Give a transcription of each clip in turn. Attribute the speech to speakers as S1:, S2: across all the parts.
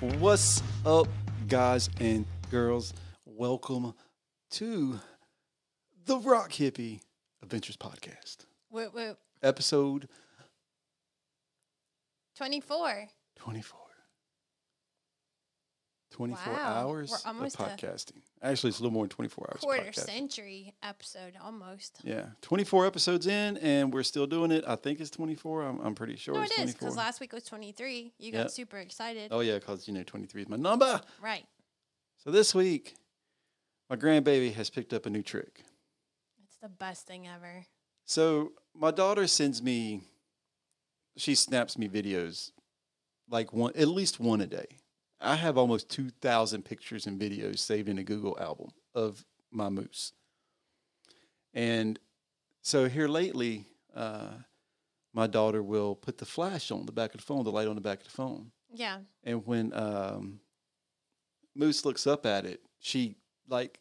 S1: What's up, guys and girls? Welcome to the Rock Hippie Adventures Podcast,
S2: Whoop, whoop.
S1: episode
S2: 24.
S1: 24. 24
S2: Wow,
S1: hours
S2: we're
S1: of
S2: almost to-
S1: podcasting. Actually, it's a little more than 24 hours. of
S2: Quarter
S1: podcasting.
S2: century episode almost.
S1: Yeah, 24 episodes in, and we're still doing it. I think it's 24. I'm, I'm pretty sure
S2: no,
S1: it's
S2: it is,
S1: 24.
S2: because last week was 23.
S1: Yep.
S2: You got super excited.
S1: oh, yeah, because, you know, 23 is my number.
S2: Right.
S1: So this week, my grandbaby has picked up a new trick.
S2: It's the best thing ever.
S1: So my daughter sends me, she snaps me videos, like one at least one a day. I have almost two thousand pictures and videos saved in a Google album of my moose. And so here lately, uh, my daughter will put the flash on the back of the phone, the light on the back of the phone,
S2: Yeah.
S1: and when um, Moose looks up at it, she like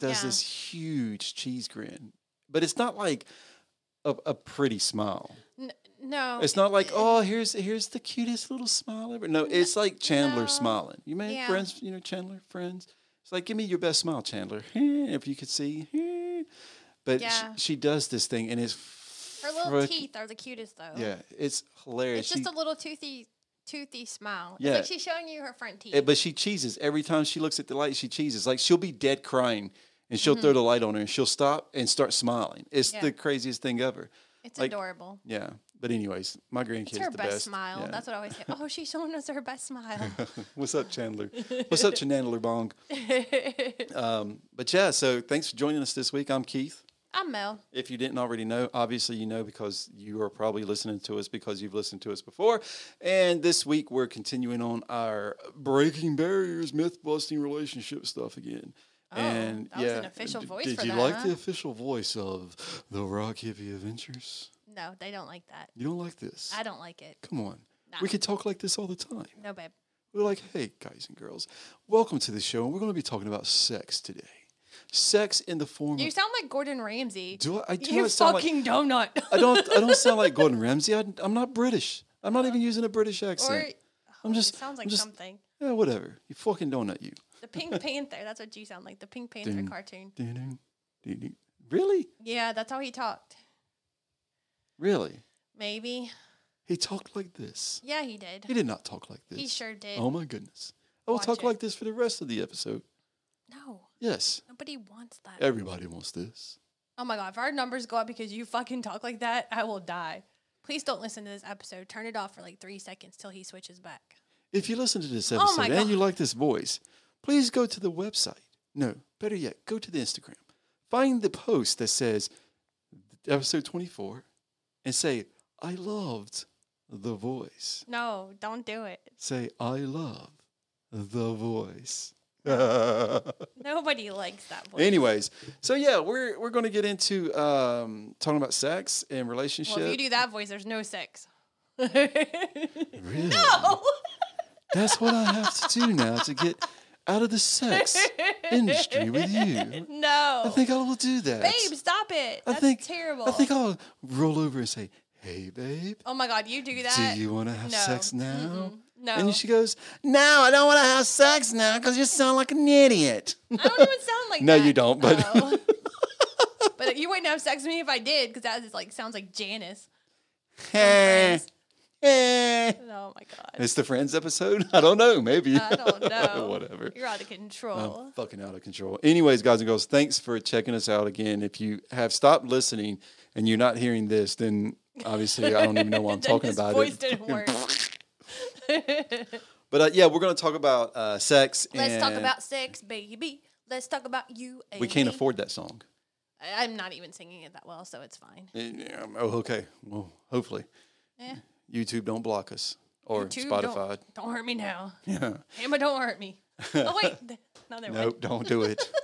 S1: does
S2: Yeah.
S1: this huge cheese grin, but it's not like a, a pretty smile.
S2: N- no.
S1: It's not like oh here's here's the cutest little smile ever. No, it's like Chandler
S2: no.
S1: smiling. You may
S2: Yeah.
S1: friends, you know Chandler friends. It's like give me your best smile, Chandler. If you could see, but
S2: Yeah.
S1: she, she does this thing and it's
S2: Her little
S1: frick-
S2: teeth are the cutest, though.
S1: Yeah, it's hilarious.
S2: It's
S1: She-
S2: just a little toothy, toothy smile.
S1: Yeah.
S2: It's like she's showing you her front teeth.
S1: Eh, but she cheeses every time she looks at the light. She cheeses like she'll be dead crying, and she'll throw the light on her, and she'll stop and start smiling. It's
S2: Mm-hmm. Yeah.
S1: the craziest thing ever.
S2: it's
S1: like-
S2: adorable.
S1: Yeah. But anyways, my grandkids
S2: It's her
S1: the
S2: best,
S1: best.
S2: smile.
S1: Yeah.
S2: That's what I always say. Oh, she's showing us her best smile.
S1: What's up, Chandler? What's up, Chandler Bong? Um, but yeah, so thanks for joining us this week. I'm Keith.
S2: I'm Mel.
S1: If you didn't already know, obviously you know because you are probably listening to us because you've listened to us before. And this week we're continuing on our breaking barriers, myth busting relationship stuff again.
S2: Oh, that was an official
S1: d-
S2: voice
S1: Did
S2: for
S1: you
S2: that,
S1: like the
S2: huh?
S1: official voice of the Rock Hippie Adventures?
S2: No, they don't like that.
S1: You don't like this?
S2: I don't like it.
S1: Come on,
S2: Nah.
S1: we could talk like this all the time.
S2: No, babe.
S1: We're like, hey, guys and girls, welcome to the show, and we're going to be talking about sex today. Sex in the form
S2: You
S1: of
S2: sound like Gordon Ramsay.
S1: do I, I do
S2: you
S1: not sound like-
S2: fucking donut.
S1: I don't. I don't sound like Gordon Ramsay. I, I'm not British. I'm not even using a British
S2: or
S1: accent.
S2: Oh,
S1: I'm just.
S2: It sounds like
S1: I'm just,
S2: something.
S1: Yeah, whatever. You fucking donut. You.
S2: The Pink Panther. That's what you sound like. The Pink Panther
S1: Dun.
S2: cartoon.
S1: Doo-doo, doo-doo. Really?
S2: Yeah, that's how he talked.
S1: Really?
S2: Maybe.
S1: He talked like this.
S2: Yeah, he did.
S1: He did not talk like this.
S2: He sure did.
S1: Oh my goodness. I will
S2: Watch
S1: talk
S2: it.
S1: like this for the rest of the episode.
S2: No,
S1: Yes.
S2: nobody wants that.
S1: Everybody wants this.
S2: Oh my god, if our numbers go up because you fucking talk like that, I will die. Please don't listen to this episode. Turn it off for like three seconds till he switches back.
S1: If you listen to this
S2: Oh my
S1: episode and
S2: God.
S1: you like this voice, please go to the website. No, better yet, go to the Instagram. Find the post that says episode 24 and say, I loved the voice.
S2: No, don't do it.
S1: Say, I love the voice.
S2: Nobody likes that voice.
S1: Anyways, so yeah, we're we're going to get into um, talking about sex and relationship.
S2: well, if you do that voice, there's no sex.
S1: Really?
S2: no.
S1: That's what I have to do now to get out of the sex industry with you.
S2: No.
S1: I think I will do that.
S2: Babe, stop it.
S1: I
S2: That's
S1: think
S2: terrible.
S1: I think I'll roll over and say, "Hey, babe,
S2: oh my god, you do that.
S1: do you want to have
S2: No.
S1: sex now?"
S2: no.
S1: And she goes, "No, I don't want to have sex now because you sound like an idiot."
S2: I don't even sound like
S1: No,
S2: that.
S1: you don't, but-
S2: Oh. but you wouldn't have sex with me if I did, because that is like sounds like Janice. from
S1: Eh.
S2: Friends.
S1: it's
S2: oh my god.
S1: the Friends episode. I don't know. Maybe.
S2: I don't know.
S1: Whatever.
S2: You're out of control.
S1: I'm fucking out of control. Anyways, guys and girls, thanks for checking us out again. If you have stopped listening and you're not hearing this, then obviously I don't even know why I'm
S2: Then
S1: talking
S2: his
S1: about
S2: voice
S1: it.
S2: didn't work.
S1: But uh, yeah, we're going to talk about uh, sex.
S2: Let's talk
S1: and
S2: about sex, baby. Let's talk about you. And
S1: We can't
S2: me.
S1: afford that song.
S2: I- I'm not even singing it that well, so it's fine.
S1: Eh, yeah, um, Oh, okay. Well, hopefully
S2: Eh,
S1: YouTube don't block us or
S2: YouTube,
S1: Spotify.
S2: Don't, don't hurt me now.
S1: Yeah.
S2: Emma, don't hurt me. Oh wait, th- no, there
S1: Nope, don't do it.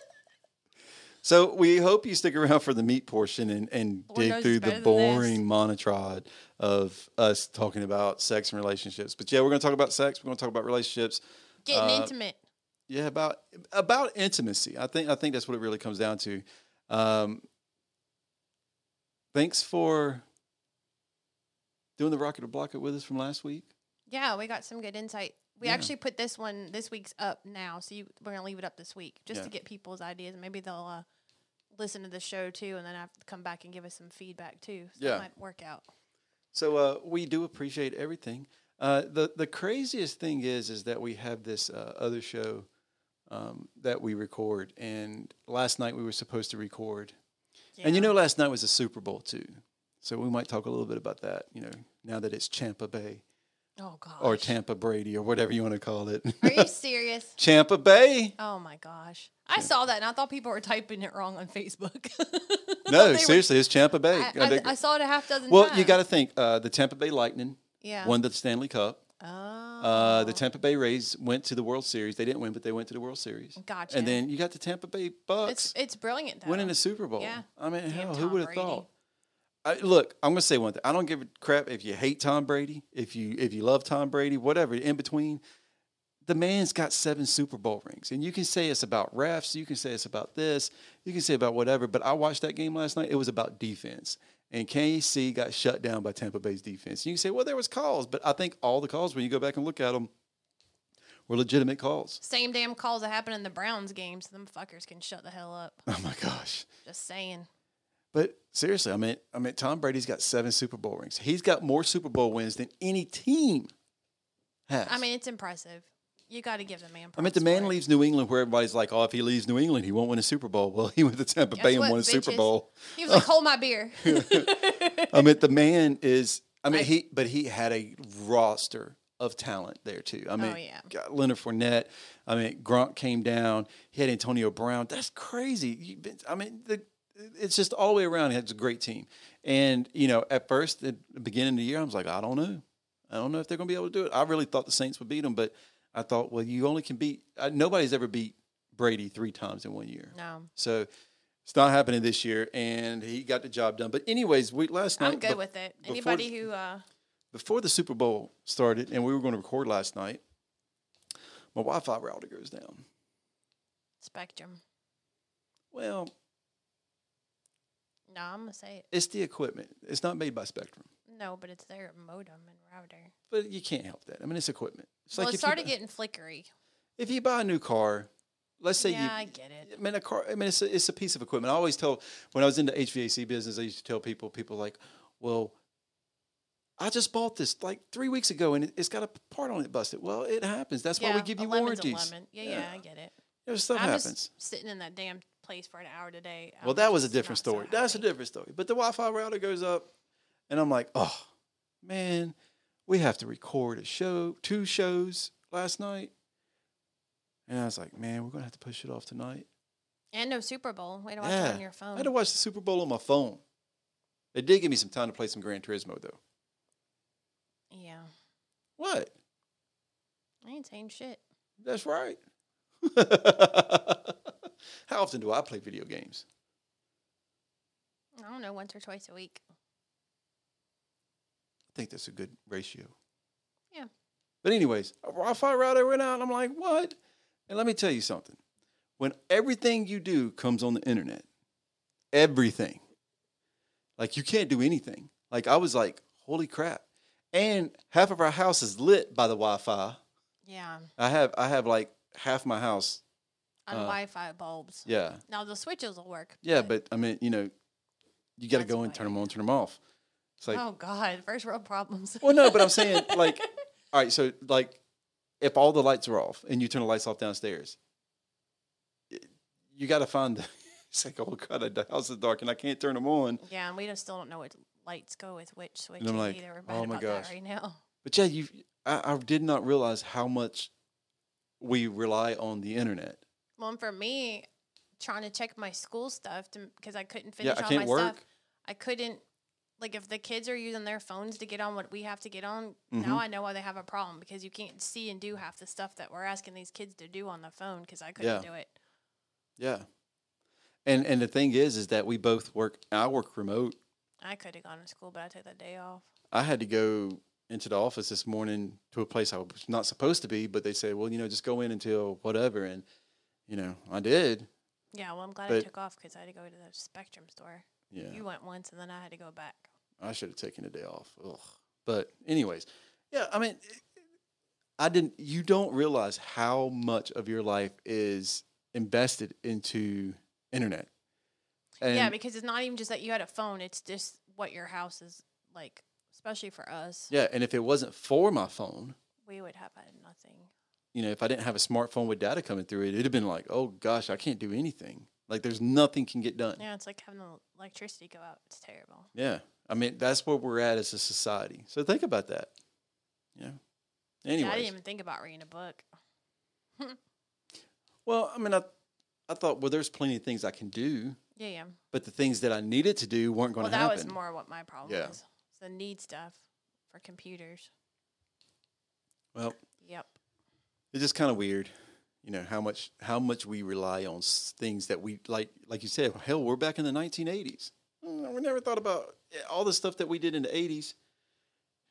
S1: so we hope you stick around for the meat portion and, and
S2: Lord knows
S1: dig
S2: it's
S1: through the
S2: better than this.
S1: boring monotrod of us talking about sex and relationships. But yeah, we're going to talk about sex. We're going to talk about relationships.
S2: Getting
S1: Uh,
S2: intimate.
S1: Yeah, about about intimacy. I think I think that's what it really comes down to. Um, thanks for doing the rocket or block it with us from last week.
S2: Yeah, we got some good insight We
S1: Yeah.
S2: actually put this one this week's up now, so you, we're gonna leave it up this week just
S1: Yeah.
S2: to get people's ideas. Maybe they'll uh, listen to the show too, and then I've come back and give us some feedback too. So
S1: Yeah.
S2: that might work out.
S1: So uh, we do appreciate everything. Uh, the the craziest thing is is that we have this uh, other show um, that we record, and last night we were supposed to record, and you know last night was a Super Bowl too, so we might talk a little bit about that. You know, now that it's Champa Bay
S2: oh gosh,
S1: or Tampa Brady or whatever you want to call it,
S2: are you serious?
S1: Champa Bay.
S2: Oh my gosh, I saw that and I thought people were typing it wrong on Facebook. They
S1: No,
S2: were-
S1: seriously, it's Champa Bay.
S2: I, I, I saw it a half dozen.
S1: well,
S2: times.
S1: you got to think uh, the Tampa Bay Lightning
S2: yeah.
S1: won the Stanley Cup.
S2: Oh,
S1: Uh, the Tampa Bay Rays went to the World Series. They didn't win, but they went to the World Series.
S2: Gotcha.
S1: And then you got the Tampa Bay Bucks
S2: it's it's brilliant though.
S1: winning the Super Bowl.
S2: Yeah.
S1: I mean, hell, who
S2: Tom
S1: would have
S2: Brady.
S1: thought? I, look, I'm gonna say one thing. I don't give a crap if you hate Tom Brady, if you if you love Tom Brady, whatever. In between, the man's got seven Super Bowl rings, and you can say it's about refs, you can say it's about this, you can say about whatever. But I watched that game last night. It was about defense, and KC got shut down by Tampa Bay's defense. You can say, well, there was calls, but I think all the calls when you go back and look at them were legitimate calls.
S2: Same damn calls that happen in the Browns games. Them fuckers can shut the hell up.
S1: Oh my gosh.
S2: Just saying.
S1: But seriously, I mean, I mean, Tom Brady's got seven Super Bowl rings. He's got more Super Bowl wins than any team has.
S2: I mean, it's impressive. You got to give the man.
S1: I mean, if the
S2: props
S1: man
S2: for it.
S1: leaves New England, where everybody's like, "Oh, if he leaves New England, he won't win a Super Bowl." Well, he went to Tampa
S2: Guess
S1: Bay and
S2: what,
S1: won a Super
S2: bitches?
S1: Bowl.
S2: He was like, "Hold my beer."
S1: I mean, the man is. I mean,
S2: I-
S1: he but he had a roster of talent there too. I mean,
S2: Oh, yeah.
S1: God, Leonard Fournette. I mean, Gronk came down. He had Antonio Brown. That's crazy. You, I mean, the, it's just all the way around. It's a great team. And you know, at first, at the beginning of the year, I was like, I don't know. I don't know if they're going to be able to do it. I really thought the Saints would beat them, but I thought, well, you only can beat. Uh, nobody's ever beat Brady three times in one year.
S2: no,
S1: So it's not happening this year, and he got the job done. But anyways, we last night
S2: I'm good
S1: bef-
S2: with it.
S1: before-
S2: Anybody who, uh,
S1: before the Super Bowl started, and we were going to record last night. My Wi-Fi router goes down.
S2: Spectrum.
S1: Well,
S2: No, I'm gonna say it.
S1: it's the equipment. It's not made by Spectrum,
S2: No, but it's their modem and router.
S1: but you can't help that. I mean, it's equipment. It's
S2: well,
S1: like
S2: it
S1: if
S2: started
S1: you, bu-
S2: getting flickery.
S1: if you buy a new car, let's say
S2: yeah,
S1: you
S2: I get it.
S1: I mean, a car. I mean, it's a, it's a piece of equipment. I always tell when I was in the HVAC business, I used to tell people, people like, well, I just bought this like three weeks ago, and it, it's got a part on it busted. Well, it happens. That's why
S2: yeah,
S1: we give
S2: a
S1: you
S2: lemon's a
S1: warranties.
S2: lemon. Yeah, yeah,
S1: Yeah.
S2: I get it.
S1: You know, stuff
S2: I'm
S1: happens.
S2: just sitting in that damn place for an hour today.
S1: well,
S2: I'm
S1: that was a
S2: just
S1: different
S2: not so
S1: story. That's a
S2: happy.
S1: different story. But the Wi-Fi router goes up, and I'm like, oh man, we have to record a show, two shows last night, and I was like, man, we're gonna have to push it off tonight.
S2: And no Super Bowl. Way to watch it
S1: Yeah.
S2: on your phone.
S1: I had to watch the Super Bowl on my phone. It did give me some time to play some Gran Turismo, though.
S2: yeah,
S1: What?
S2: I ain't saying shit.
S1: That's right. How often do I play video games?
S2: I don't know, once or twice a week.
S1: I think that's a good ratio.
S2: Yeah.
S1: But anyways, a Wi-Fi router went out, and I'm like, what? And let me tell you something. When everything you do comes on the internet, everything, like you can't do anything. Like I was like, holy crap! And half of our house is lit by the Wi-Fi.
S2: Yeah,
S1: I have I have like half my house.
S2: on
S1: Uh,
S2: Wi-Fi bulbs.
S1: Yeah.
S2: Now the switches will work.
S1: Yeah, but I mean, you know, you got to
S2: That's
S1: go and
S2: why
S1: turn
S2: I
S1: them on, turn them off. It's like,
S2: oh god, first world problems.
S1: well, no, but I'm saying like, all right, so like, if all the lights are off and you turn the lights off downstairs, it- you got to find the. It's like, oh god, the house is dark and I can't turn them on.
S2: yeah, and we just still don't know which lights go with which switches
S1: like,
S2: either. We're
S1: oh
S2: bad
S1: my
S2: about
S1: gosh.
S2: that right now.
S1: But yeah, you, I, I did not realize how much we rely on the internet.
S2: Well, and for me, trying to check my school stuff because I couldn't finish
S1: yeah, I
S2: all
S1: can't
S2: my
S1: work.
S2: stuff. I couldn't like if the kids are using their phones to get on what we have to get on.
S1: Mhm.
S2: Now I know why they have a problem because you can't see and do half the stuff that we're asking these kids to do on the phone because I couldn't
S1: Yeah.
S2: do it.
S1: Yeah. And and the thing is, is that we both work. I work remote.
S2: I could have gone to school, but I took that day off.
S1: I had to go into the office this morning to a place I was not supposed to be, but they said, well, you know, just go in until whatever. And, you know, I did.
S2: Yeah, well, I'm glad I
S1: But-
S2: took off because I had to go to the Spectrum store.
S1: Yeah.
S2: You went once, and then I had to go back.
S1: I should have taken a day off. Ugh. But, anyways, yeah, I mean, I didn't. You don't realize how much of your life is invested into internet. And
S2: yeah, because it's not even just that you had a phone; it's just what your house is like. Especially for us,
S1: yeah, and if it wasn't for my phone,
S2: we would have had nothing.
S1: you know, if I didn't have a smartphone with data coming through it, it'd have been like, oh gosh, I can't do anything. Like there's nothing can get done.
S2: Yeah, it's like having the electricity go out. It's terrible.
S1: Yeah. I mean, that's where we're at as a society. So think about that. Yeah.
S2: Yeah, I didn't
S1: Anyways.
S2: even think about reading a book.
S1: Well, I mean, I, I thought, well, there's plenty of things I can do,
S2: Yeah, yeah.
S1: but the things that I needed to do weren't going
S2: Well,
S1: to
S2: that
S1: happen.
S2: was more what my problem
S1: Yeah.
S2: was. It's the need stuff for computers.
S1: Well,
S2: Yep.
S1: it's just kind of weird, you know, how much how much we rely on s- things that we like. Like you said, hell, we're back in the 1980s. Mm, We never thought about yeah, all the stuff that we did in the 80s.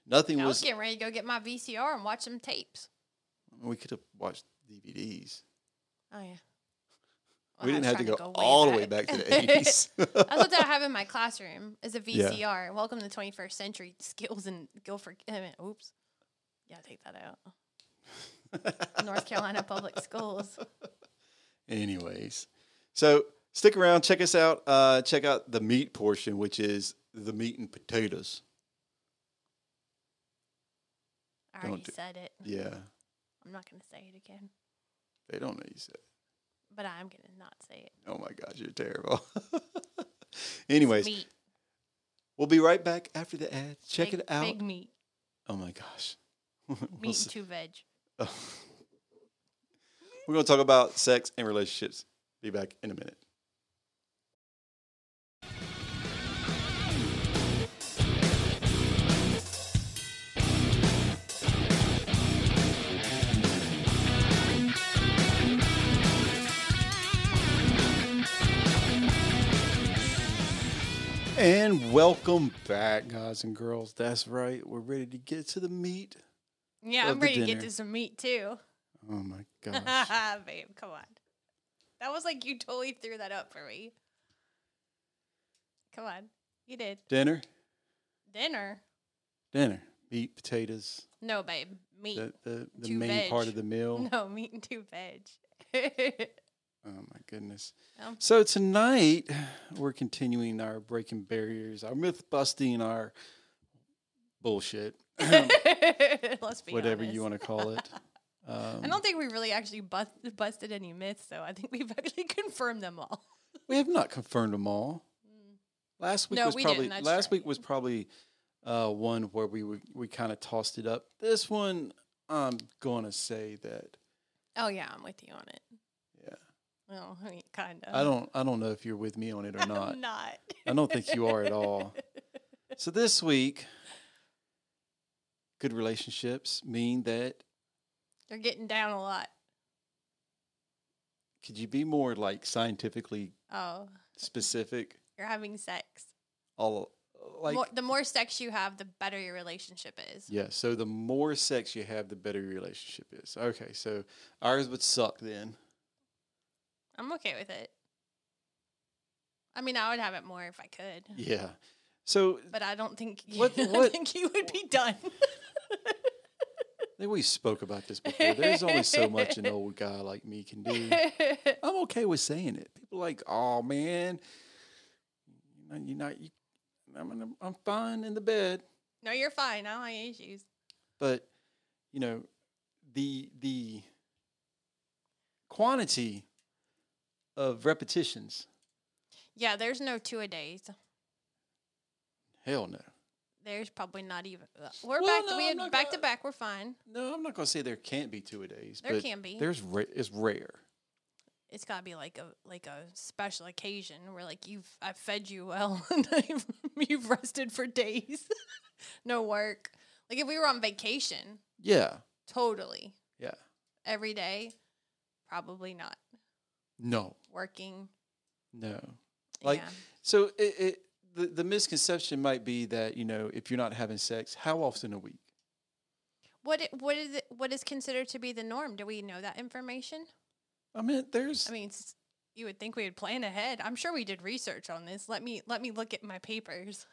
S1: Nothing
S2: I was
S1: was.
S2: getting ready to go get my VCR and watch some tapes.
S1: We could have watched DVDs.
S2: Oh yeah. Well,
S1: we
S2: I
S1: didn't
S2: was
S1: have to go,
S2: trying way
S1: all the way back to the 80s.
S2: That's what I have in my classroom is a
S1: Yeah.
S2: VCR. Welcome to the 21st century skills and go for. I mean, oops. Yeah, take that out. North Carolina public schools.
S1: Anyways, so stick around, check us out. Uh, check out the meat portion, which is the meat and potatoes.
S2: I already
S1: Don't do-
S2: said it.
S1: Yeah,
S2: I'm not going to say it again,
S1: they don't know you said.
S2: but I'm going to not say it.
S1: Oh my gosh, you're terrible. Anyways,
S2: Meat.
S1: we'll be right back after the ad. Check
S2: Big-
S1: it out.
S2: Big meat.
S1: Oh my gosh. We'll
S2: Meat
S1: s-
S2: and two veg.
S1: We're going to talk about sex and relationships. Be back in a minute. And welcome back, guys and girls. That's right. We're ready to get to the meat.
S2: Yeah,
S1: of
S2: I'm
S1: the
S2: ready to get
S1: dinner.
S2: to some meat too.
S1: Oh my gosh.
S2: Babe, come on. That was like you totally threw that up for me. Come on. You did.
S1: Dinner,
S2: Dinner?
S1: dinner, meat, potatoes,
S2: No, babe. Meat.
S1: the the, the
S2: Two
S1: main part
S2: veg.
S1: of the meal.
S2: No, meat and two veg.
S1: Oh my goodness!
S2: Um.
S1: So tonight we're continuing our breaking barriers, our myth busting, our bullshit,
S2: Let's be
S1: whatever you
S2: honest.
S1: want to call it.
S2: I
S1: Um,
S2: don't think we really actually bust, busted any myths, though. I think we've actually confirmed them all.
S1: we have not confirmed them all. Last week
S2: No,
S1: was
S2: we didn't,
S1: probably
S2: that's
S1: last
S2: right.
S1: week was probably uh, one where we were, we kind of tossed it up. This one, I'm gonna say that
S2: Oh yeah, I'm with you on it.
S1: Yeah.
S2: Well, I mean, kind of.
S1: I don't I don't know if you're with me on it or not.
S2: I'm not.
S1: I don't think you are at all. So this week, good relationships mean that
S2: You're getting down a lot.
S1: could you be more like scientifically
S2: Oh,
S1: specific?
S2: you're having sex.
S1: All like
S2: more, the more sex you have, the better your relationship is.
S1: yeah. So the more sex you have, the better your relationship is. Okay, so ours would suck then.
S2: I'm okay with it. I mean, I would have it more if I could,
S1: Yeah. So
S2: but I don't think you,
S1: What-
S2: I
S1: what-
S2: think you would be done.
S1: I think we spoke about this before. There's only so much an old guy like me can do. I'm okay with saying it. People like, oh man, you're not. You're not you, I'm, I'm- I'm fine in the bed,
S2: no, you're fine. I don't have any issues.
S1: but you know, the the quantity of repetitions.
S2: Yeah, there's no two a days.
S1: Hell no.
S2: There's probably not even. ugh. We're
S1: Well,
S2: back.
S1: no,
S2: we
S1: I'm
S2: had
S1: not
S2: back to
S1: gonna-
S2: back. We're fine.
S1: No, I'm not gonna say there can't be two a days.
S2: There
S1: but
S2: can be.
S1: There's ra- it's rare.
S2: it's got to be like a like a special occasion where like you've I've fed you well and I've, you've rested for days, no work. Like if we were on vacation,
S1: Yeah.
S2: totally
S1: Yeah.
S2: every day, probably not
S1: No.
S2: working.
S1: No. Like
S2: yeah.
S1: so it, it the, the misconception might be that, you know, if you're not having sex, how often a week?
S2: what i- what is it, what is considered to be the norm? Do we know that information?
S1: I mean, there's
S2: I mean, s- you would think we would plan ahead. I'm sure we did research on this. Let me let me look at my papers.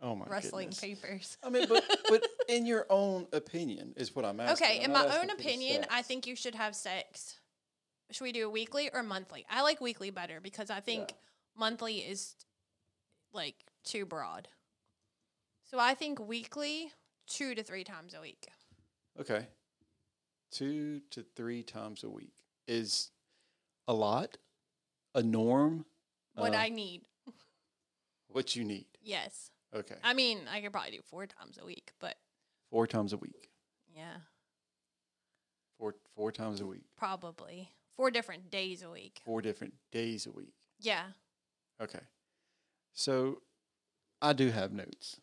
S1: Oh my
S2: wrestling
S1: goodness.
S2: papers.
S1: I mean, but, but in your own opinion is what I'm asking.
S2: Okay,
S1: I'm
S2: in
S1: not
S2: my own
S1: asking for the
S2: opinion, I
S1: stats.
S2: think you should have sex. Should we do weekly or monthly? I like weekly better because I think monthly is like too broad. So I think weekly, two to three times a week.
S1: Okay. Two to three times a week is a lot, a norm,
S2: What
S1: Uh,
S2: I need.
S1: what you need.
S2: Yes.
S1: Okay.
S2: I mean, I could probably do four times a week, but
S1: Four times a week.
S2: yeah,
S1: Four four times a week.
S2: probably four different days a week.
S1: Four different days a week.
S2: Yeah.
S1: Okay. So I do have notes.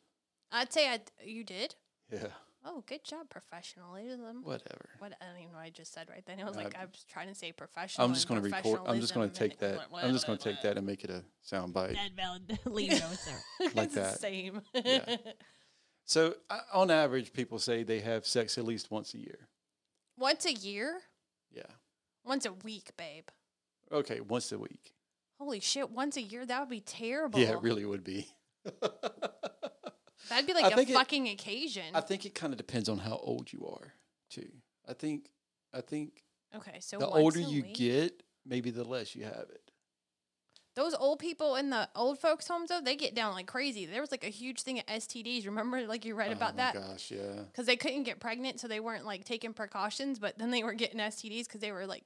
S2: I'd say I you did.
S1: Yeah.
S2: Oh, good job, professionalism.
S1: Whatever.
S2: What I don't even know what I just said right then. It was
S1: No,
S2: like
S1: I-
S2: I was trying to say professional.
S1: I'm just
S2: going to
S1: record. I'm just going to take that. I'm just going to take that and make it a sound bite.
S3: Dead valid. Leave notes there.
S1: like
S2: it's the
S1: that.
S2: Same.
S1: Yeah. So uh, on average, people say they have sex at least once a year.
S2: Once a year,
S1: Yeah.
S2: once a week, babe.
S1: Okay, once a week.
S2: Holy shit! Once a year, that would be terrible.
S1: Yeah, it really would be.
S2: That'd be like
S1: I
S2: a
S1: think it-
S2: fucking occasion.
S1: I think it kind of depends on how old you are, too. I think I think
S2: okay, so
S1: the
S2: once
S1: older
S2: a
S1: you
S2: week.
S1: get, maybe the less you have it.
S2: those old people in the old folks' homes, though, they get down like crazy. There was like a huge thing at STDs. Remember, like you read about
S1: oh
S2: that.
S1: My gosh, yeah.
S2: because they couldn't get pregnant, so they weren't like taking precautions. But then they were getting STDs because they were like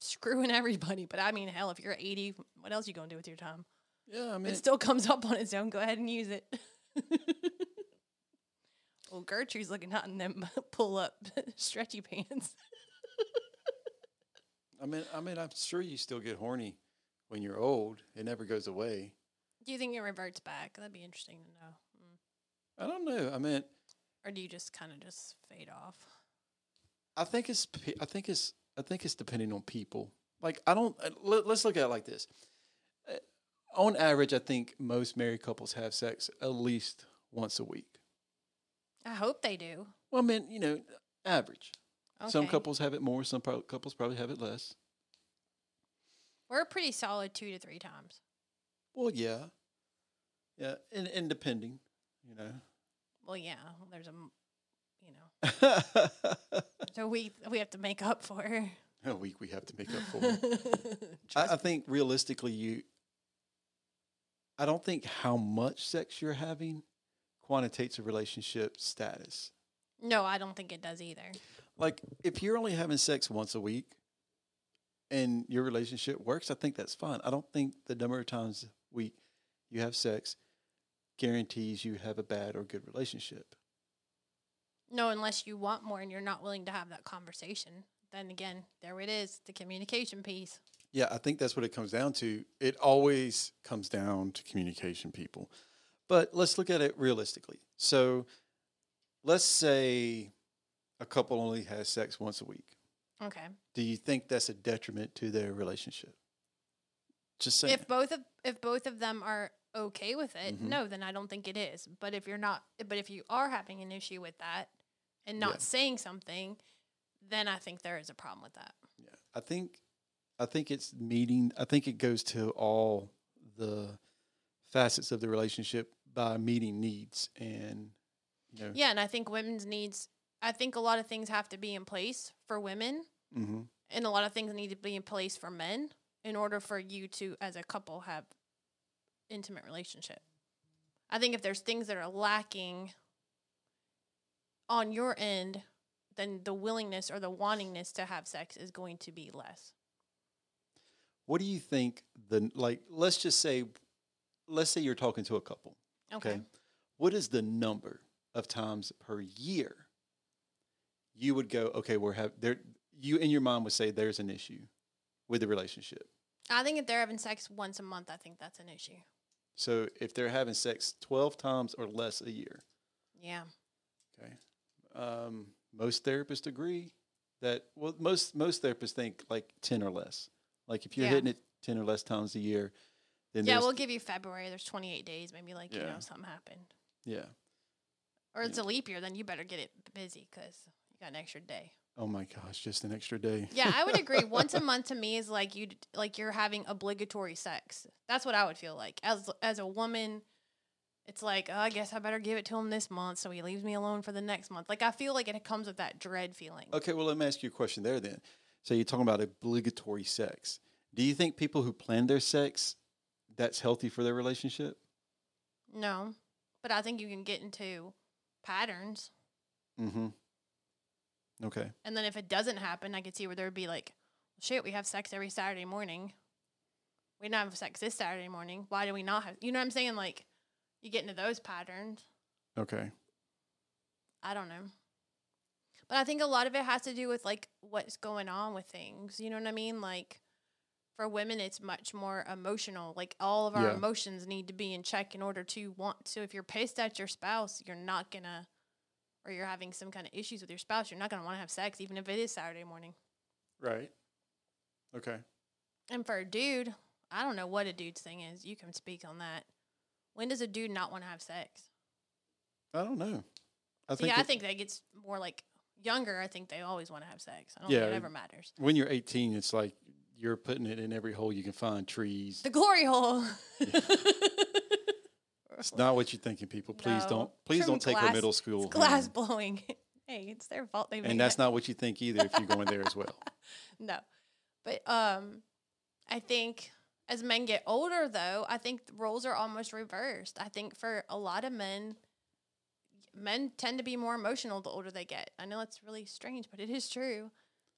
S2: screwing everybody. But I mean, hell, if you're 80, what else you gonna do with your time?
S1: Yeah, I mean,
S2: It still comes up on its own. Go ahead and use it. well, Gertrude's looking hot in them pull up stretchy pants.
S1: I mean, I mean, I'm sure you still get horny when you're old. It never goes away.
S2: Do you think it reverts back? That'd be interesting to know. Mm.
S1: I don't know. I mean,
S2: Or do you just kind of just fade off?
S1: I think it's pe- I think it's I think it's depending on people. Like I don't uh, let, let's look at it like this. Uh, On average, I think most married couples have sex at least once a week.
S2: I hope they do.
S1: Well, I mean, you know, average. Some
S2: Okay.
S1: couples have it more. Some prob- couples probably have it less.
S2: We're a pretty solid two to three times.
S1: Well, yeah, yeah, and, and depending, you know.
S2: Well, yeah, there's a, m- you know, So we we have to make up for. her.
S1: a week we have to make up for. I, I think realistically, you. I don't think how much sex you're having quantitates a relationship status.
S2: no, I don't think it does either.
S1: Like, if you're only having sex once a week, and your relationship works, I think that's fine. I don't think the number of times a week you have sex guarantees you have a bad or good relationship.
S2: No, unless you want more and you're not willing to have that conversation. Then again, there it is, the communication piece.
S1: Yeah, I think that's what it comes down to. It always comes down to communication, people. But let's look at it realistically. So let's say a couple only has sex once a week.
S2: Okay.
S1: Do you think that's a detriment to their relationship? Just saying.
S2: If both of if both of them are okay with it,
S1: Mhm.
S2: no, then I don't think it is. But if you're not but if you are having an issue with that and not
S1: Yeah.
S2: saying something, then I think there is a problem with that.
S1: Yeah, I think I think it's meeting I think it goes to all the facets of the relationship by meeting needs and you know
S2: Yeah, and I think women's needs I think a lot of things have to be in place for women
S1: hmm
S2: and a lot of things need to be in place for men in order for you to as a couple have intimate relationship i think if there's things that are lacking on your end then the willingness or the wantingness to have sex is going to be less
S1: What do you think the like let's just say let's say you're talking to a couple.
S2: okay,
S1: What is the number of times per year you would go, okay, we're have there you in your mind would say there's an issue with the relationship.
S2: i think if they're having sex once a month i think that's an issue
S1: So if they're having sex twelve times or less a year,
S2: yeah
S1: okay. Um, most therapists agree that well most most therapists think like ten or less. Like if you're
S2: Yeah.
S1: hitting it ten or less times a year, then
S2: yeah
S1: there's-
S2: we'll give you february there's 28 days maybe like you
S1: Yeah.
S2: know something happened
S1: yeah.
S2: or it's
S1: Yeah.
S2: a leap year then you better get it busy because you got an extra day
S1: Oh my gosh, just an extra day.
S2: Yeah, I would agree. Once a month to me is like you like you're having obligatory sex. That's what I would feel like as as a woman. it's like, oh, I guess I better give it to him this month so he leaves me alone for the next month. Like I feel like it comes with that dread feeling.
S1: Okay, well, let me ask you a question there then. So you're talking about obligatory sex. Do you think people who plan their sex, that's healthy for their relationship?
S2: No, but I think you can get into patterns.
S1: Mm-hmm. Okay.
S2: And then if it doesn't happen, I could see where there would be like, shit, we have sex every Saturday morning. We didn't have sex this Saturday morning. Why do we not have? You know what I'm saying? Like, you get into those patterns.
S1: Okay.
S2: I don't know. But I think a lot of it has to do with like what's going on with things. You know what I mean? Like for women it's much more emotional. Like all of our
S1: Yeah.
S2: emotions need to be in check in order to want to. If you're pissed at your spouse, you're not gonna or you're having some kind of issues with your spouse, you're not gonna want to have sex even if it is Saturday morning.
S1: Right. Okay.
S2: And for a dude, I don't know what a dude's thing is. You can speak on that. When does a dude not want to have sex?
S1: I don't know. I
S2: See, I
S1: it-
S2: think that gets more like younger. I think they always want to have sex. I don't
S1: Yeah,
S2: think
S1: it-
S2: it ever matters.
S1: when you're 18, it's like you're putting it in every hole you can find trees.
S2: The glory hole.
S1: It's not what you're thinking, people. Please
S2: No.
S1: don't. Please
S2: Trim
S1: don't take our
S2: glass-
S1: middle
S2: it's
S1: school.
S2: glass
S1: home.
S2: blowing. hey, it's their fault. They
S1: And that's not what you think either if you're going there as well.
S2: no. But um, I think as men get older, though, I think the roles are almost reversed. I think for a lot of men, men tend to be more emotional the older they get. I know it's really strange, but it is true.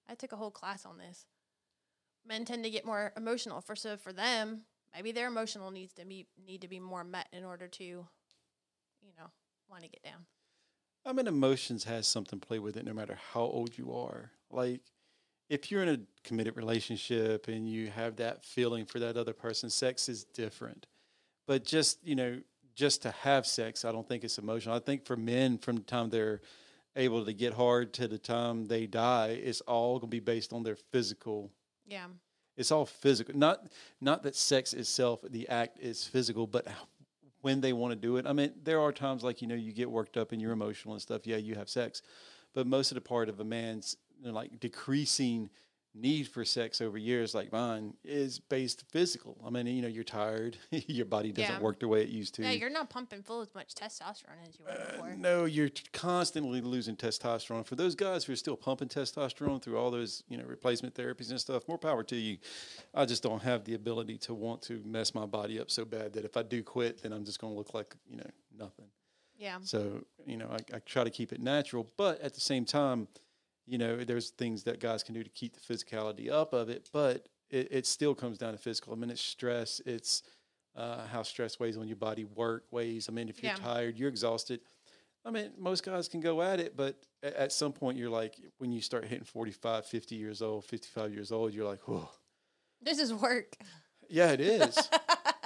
S2: I took a whole class on this. Men tend to get more emotional. For so for them, maybe their emotional needs to be need to be more met in order to, you know, want to get down.
S1: I mean, emotions has something to play with it, no matter how old you are. Like, if you're in a committed relationship and you have that feeling for that other person, sex is different. But just you know, just to have sex, I don't think it's emotional. I think for men, from the time they're able to get hard to the time they die, it's all gonna be based on their physical.
S2: Yeah.
S1: It's all physical. Not not that sex itself, the act is physical, but h- when they want to do it. I mean, there are times like you know you get worked up and you're emotional and stuff. Yeah, you have sex, but most of the part of a man's you know, like decreasing need for sex over years, like mine, is based physical. I mean, you know, you're tired, your body doesn't
S2: Yeah.
S1: work the way it used to.
S2: Yeah, you're not pumping full as much testosterone as you were
S1: Uh,
S2: before.
S1: no, you're t- constantly losing testosterone. For those guys who are still pumping testosterone through all those, you know, replacement therapies and stuff, more power to you. I just don't have the ability to want to mess my body up so bad that if I do quit, then I'm just going to look like, you know, nothing.
S2: Yeah.
S1: So, you know, I, I try to keep it natural, but at the same time, you know, there's things that guys can do to keep the physicality up of it, but it, it still comes down to physical. I mean, it's stress, it's uh, how stress weighs on your body, work weighs. I mean, if you're
S2: Yeah.
S1: tired, you're exhausted. I mean, most guys can go at it, but at, at some point, you're like, when you start hitting 45, 50 years old, 55 years old, you're like, whoa,
S2: This is work.
S1: yeah, it is.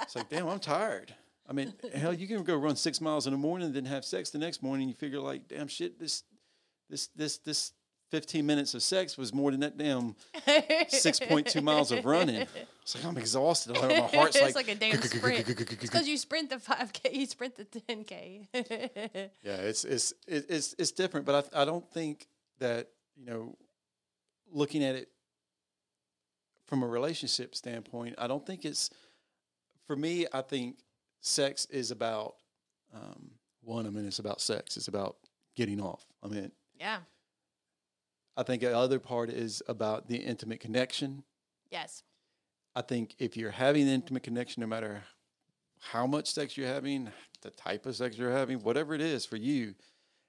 S1: It's like, damn, I'm tired. I mean, hell, you can go run six miles in the morning, then have sex the next morning. You figure, like, damn, shit, this, this, this, this, fifteen minutes of sex was more than that damn six point two miles of running. It's like I'm exhausted. Like, my heart's
S2: it's
S1: like,
S2: like a damn sprint. Because you sprint the 5K, you sprint the 10K.
S1: yeah, it's it's it- it's it's different. But I I don't think that you know, looking at it from a relationship standpoint, I don't think it's for me. I think sex is about um, one. I mean, it's about sex. It's about getting off. I mean,
S2: yeah.
S1: I think the other part is about the intimate connection.
S2: Yes.
S1: I think if you're having an intimate connection, no matter how much sex you're having, the type of sex you're having, whatever it is for you,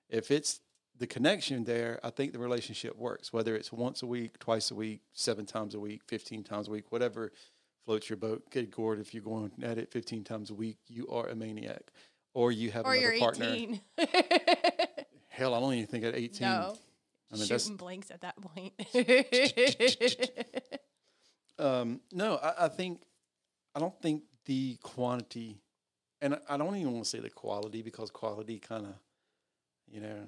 S1: if it's the connection there, I think the relationship works, whether it's once a week, twice a week, seven times a week, 15 times a week, whatever floats your boat. Good Gord, if you're going at it 15 times a week, you are a maniac. Or you have
S2: Or
S1: another
S2: you're
S1: partner.
S2: 18.
S1: Hell, I don't even think at 18.
S2: no.
S1: I mean, that's-
S2: Shooting blanks at that point.
S1: Um, no, I, I think I don't think the quantity, and I- I don't even want to say the quality because quality kind of, you know,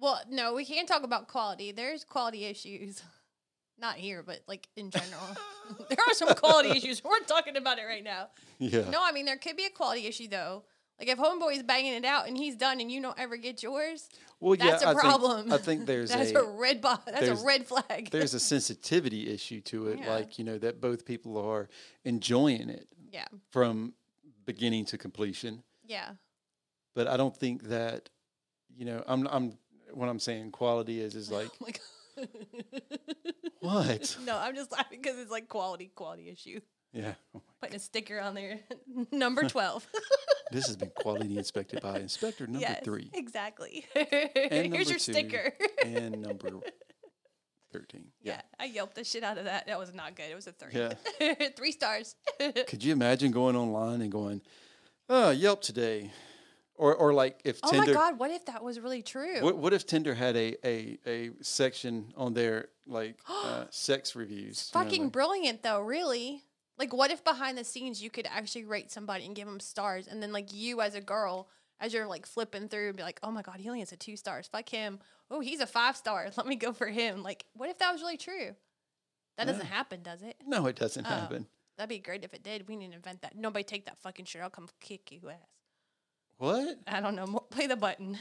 S2: well, no, we can't talk about quality. There's quality issues. Not here, but like in general. there are some quality issues. We're talking about it right now.
S1: yeah,
S2: No, I mean there could be a quality issue though. Like if homeboy's banging it out and he's done and you don't ever get yours,
S1: well,
S2: that's
S1: yeah,
S2: a
S1: I think-
S2: problem.
S1: I think there's
S2: that's
S1: a,
S2: a, red bo- That's
S1: there's-
S2: a red flag.
S1: there's a sensitivity issue to it,
S2: Yeah.
S1: like you know that both people are enjoying it
S2: yeah,
S1: from beginning to completion.
S2: Yeah.
S1: But I don't think that, you know, I'm I'm what I'm saying quality is is like
S2: Oh my God.
S1: what?
S2: no, I'm just laughing because it's like quality, quality issue.
S1: Yeah.
S2: Putting a sticker on there, number twelve.
S1: This has been quality inspected by inspector number
S2: yes,
S1: 3
S2: exactly.
S1: number
S2: Here's your
S1: two.
S2: sticker.
S1: and number 13.
S2: Yeah. I yelped the shit out of that. That was not good. It was a three.
S1: Yeah.
S2: three stars.
S1: Could you imagine going online and going, "Oh, Yelp today." Or or like if
S2: Oh my
S1: Tinder
S2: god, what if that was really true?
S1: What, what if Tinder had a, a, a section on their like uh, sex reviews? you know,
S2: Fucking
S1: like-
S2: brilliant though, really. Like what if behind the scenes you could actually rate somebody and give them stars and then like you as a girl as you're like flipping through and be like, "Oh my god, he only has a 2 stars. Fuck him. Oh, he's a 5 star. Let me go for him." Like what if that was really true? That doesn't
S1: Yeah.
S2: happen, does it?
S1: no, it doesn't
S2: Oh.
S1: happen.
S2: That'd be great if it did. We need to invent that. Nobody take that fucking shit. I'll come kick you ass.
S1: What?
S2: I don't know. Mo- Play the button.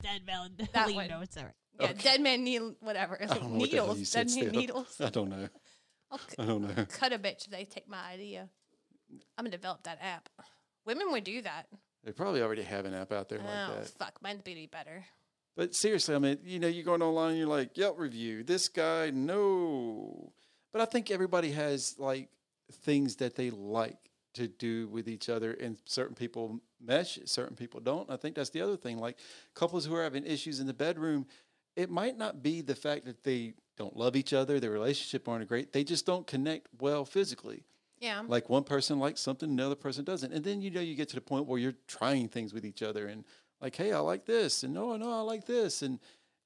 S3: Dead Melon.
S2: That
S3: That
S2: one.
S3: No, it's all right.
S2: Yeah,
S1: Okay.
S2: dead man needle, whatever.
S1: I don't know what the hell
S2: needles.
S1: you said
S2: dead man
S1: still.
S2: needles.
S1: I don't know.
S2: I'll c-
S1: I don't know.
S2: cut a bitch if they take my idea. I'm gonna develop that app. Women would do that.
S1: They probably already have an app out there
S2: oh
S1: like that.
S2: fuck, mine's beauty better.
S1: But seriously, I mean, you know, you're going online and you're like, Yelp review, this guy, no. But I think everybody has like things that they like to do with each other, and certain people mesh, certain people don't. I think that's the other thing. Like couples who are having issues in the bedroom, it might not be the fact that they don't love each other, their relationship aren't great, they just don't connect well physically
S2: Yeah.
S1: like one person likes something another person doesn't and then you know you get to the point where you're trying things with each other and like hey i like this and no no i like this and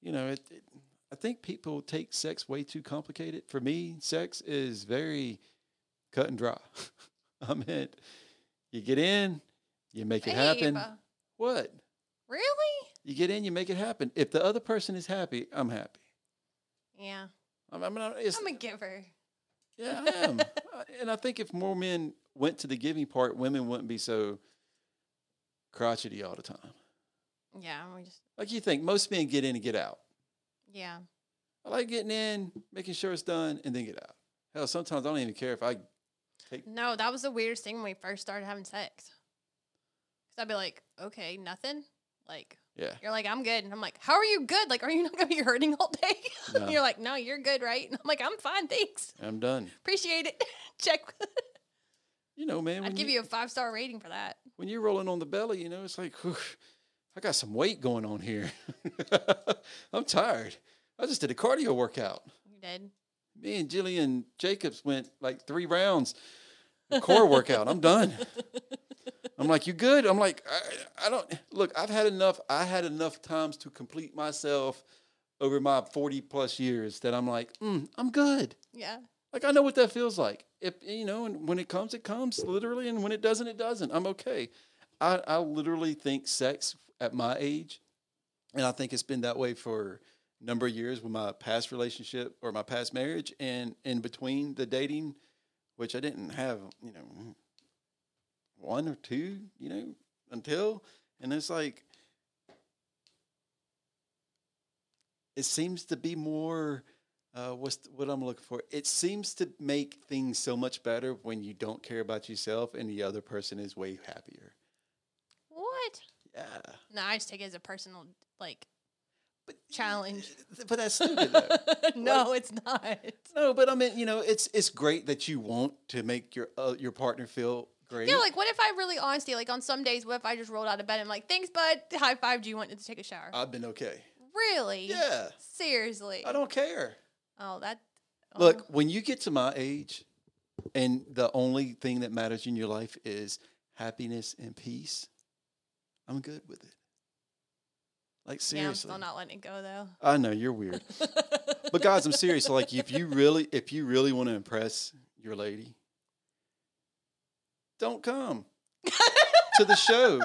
S1: you know it, it, i think people take sex way too complicated for me sex is very cut and dry i mean you get in you make it happen
S2: Babe,
S1: what
S2: Really?
S1: you get in you make it happen if the other person is happy i'm happy
S2: Yeah.
S1: i'm, I'm not it's,
S2: I'm a giver.
S1: yeah, I am. I- and I think if more men went to the giving part, women wouldn't be so crotchety all the time.
S2: Yeah. We just.
S1: Like you think most men get in and get out.
S2: Yeah.
S1: I like getting in, making sure it's done, and then get out. Hell, sometimes I don't even care if I.
S2: No, that was the weirdest thing when we first started having sex. Cause I'd be like, okay, nothing. Like
S1: Yeah,
S2: you're like, I'm good, and I'm like, how are you good? Like, are you not gonna be hurting all day?
S1: No.
S2: you're like, no, you're good, right? And I'm like, I'm fine, thanks.
S1: I'm done.
S2: Appreciate it. Check.
S1: You know, man. When
S2: I'd give you a five star rating for that.
S1: when you're rolling on the belly, you know, it's like, whew, I got some weight going on here. I'm tired. I just did a cardio workout.
S2: You did.
S1: Me and Jillian Jacobs went like three rounds of core workout. I'm done. I'm like, you good? I'm like, I, I don't look. I've had enough. I had enough times to complete myself over my 40 plus years that I'm like, mm, I'm good.
S2: Yeah.
S1: Like I know what that feels like. If you know, and when it comes, it comes literally, and when it doesn't, it doesn't. I'm okay. I, I literally think sex at my age, and I think it's been that way for a number of years with my past relationship or my past marriage, and in between the dating, which I didn't have, you know, one or two, you know, until, and it's like, it seems to be more uh, what's th- what I'm looking for? It seems to make things so much better when you don't care about yourself and the other person is way happier.
S2: What?
S1: Yeah,
S2: No, I just take it as a personal like
S1: but
S2: challenge.
S1: But that's stupid. Though.
S2: no, it's not.
S1: no, but I mean, you know, it's it's great that you want to make your uh, your partner feel great.
S2: Yeah, like what if I really honestly like on some days, what if I just rolled out of bed and I'm like, thanks, bud, high fived you, wanted to take a shower.
S1: I've been okay.
S2: really?
S1: Uh, Yeah,
S2: Seriously.
S1: I don't care.
S2: oh, that. oh.
S1: Look, when you get to my age, and the only thing that matters in your life is happiness and peace, I'm good with it. Like
S2: Yeah, I'm
S1: seriously.
S2: still not letting it go though.
S1: I know you're weird. but guys, I'm serious. Like if you really if you really want to impress your lady, don't come to the show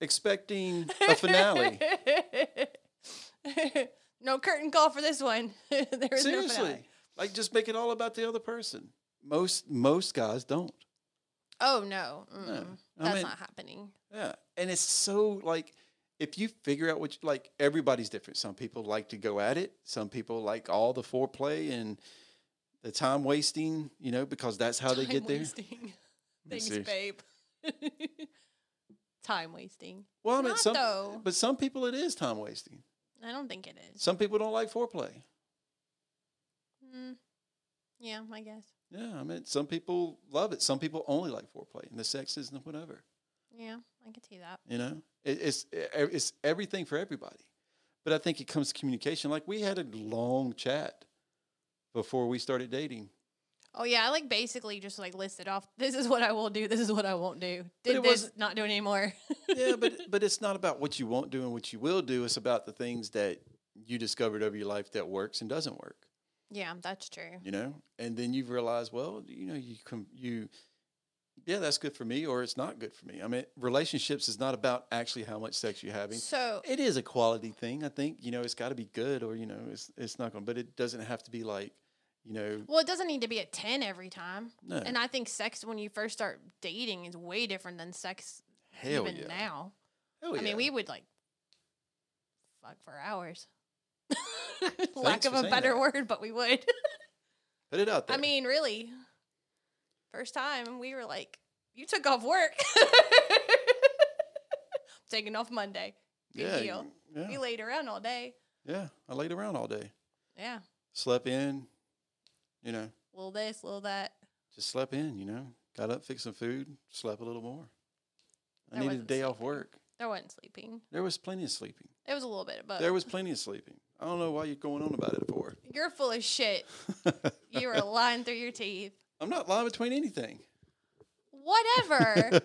S1: expecting a finale.
S2: no curtain call for this one. there is no
S1: Seriously.
S2: finale.
S1: Like just make it all about the other person. Most most guys don't.
S2: Oh no, Mm-mm.
S1: No. I
S2: that's
S1: mean-
S2: not happening.
S1: Yeah. And it's so like if you figure out what you, like everybody's different. Some people like to go at it. Some people like all the foreplay and the time wasting, you know, because that's how they
S2: Time
S1: get there.
S2: wasting. Thanks,
S1: serious.
S2: babe. time wasting.
S1: Well, I
S2: It's
S1: mean,
S2: not,
S1: some,
S2: though.
S1: but some people it is time wasting.
S2: I don't think it is.
S1: Some people don't like foreplay.
S2: Mm. Yeah, I guess.
S1: Yeah, I mean, some people love it. Some people only like foreplay, and the sex isn't whatever.
S2: Yeah, I can see that.
S1: You know, it, it's e, it's everything for everybody. But I think it comes to communication. Like we had a long chat before we started dating.
S2: Oh yeah, I like basically just like listed off. This is what I will do. This is what I won't do.
S1: But
S2: Did
S1: it
S2: this?
S1: wasn't-
S2: Not do it anymore.
S1: yeah, but but it's not about what you won't do and what you will do. It's about the things that you discovered over your life that works and doesn't work.
S2: yeah, that's true.
S1: You know, and then you've realized, well, you know, you com- you, yeah, that's good for me, or it's not good for me. I mean, relationships is not about actually how much sex you're having.
S2: So
S1: It is a quality thing, I think. You know, it's got to be good, or you know, it's it's not going. to But it doesn't have to be like, you know,
S2: Well, it doesn't need to be at 10 every time.
S1: no
S2: And I think sex when you first start dating is way different than sex
S1: hell
S2: even
S1: yeah.
S2: now.
S1: Hell
S2: I mean,
S1: yeah.
S2: we would like fuck for hours. Lack
S1: Thanks
S2: of
S1: for
S2: a
S1: saying
S2: better
S1: that.
S2: word, but we would.
S1: put it out there.
S2: I mean, really. First time we were like, you took off work. Taking off Monday. Good
S1: yeah,
S2: deal.
S1: you- yeah,
S2: We laid around all day.
S1: yeah. I laid around all day,
S2: Yeah.
S1: slept in, you know.
S2: Little this, little that.
S1: just slept in, you know. Got up, fixed some food, slept a little more. I
S2: There
S1: needed a
S2: wasn't
S1: day off
S2: sleeping.
S1: work.
S2: There wasn't sleeping.
S1: There was plenty of sleeping.
S2: It was a little bit, but
S1: There was plenty of sleeping. I don't know why you're going on about it for.
S2: you're full of shit. You were lying through your teeth.
S1: I'm not lying between anything.
S2: Whatever.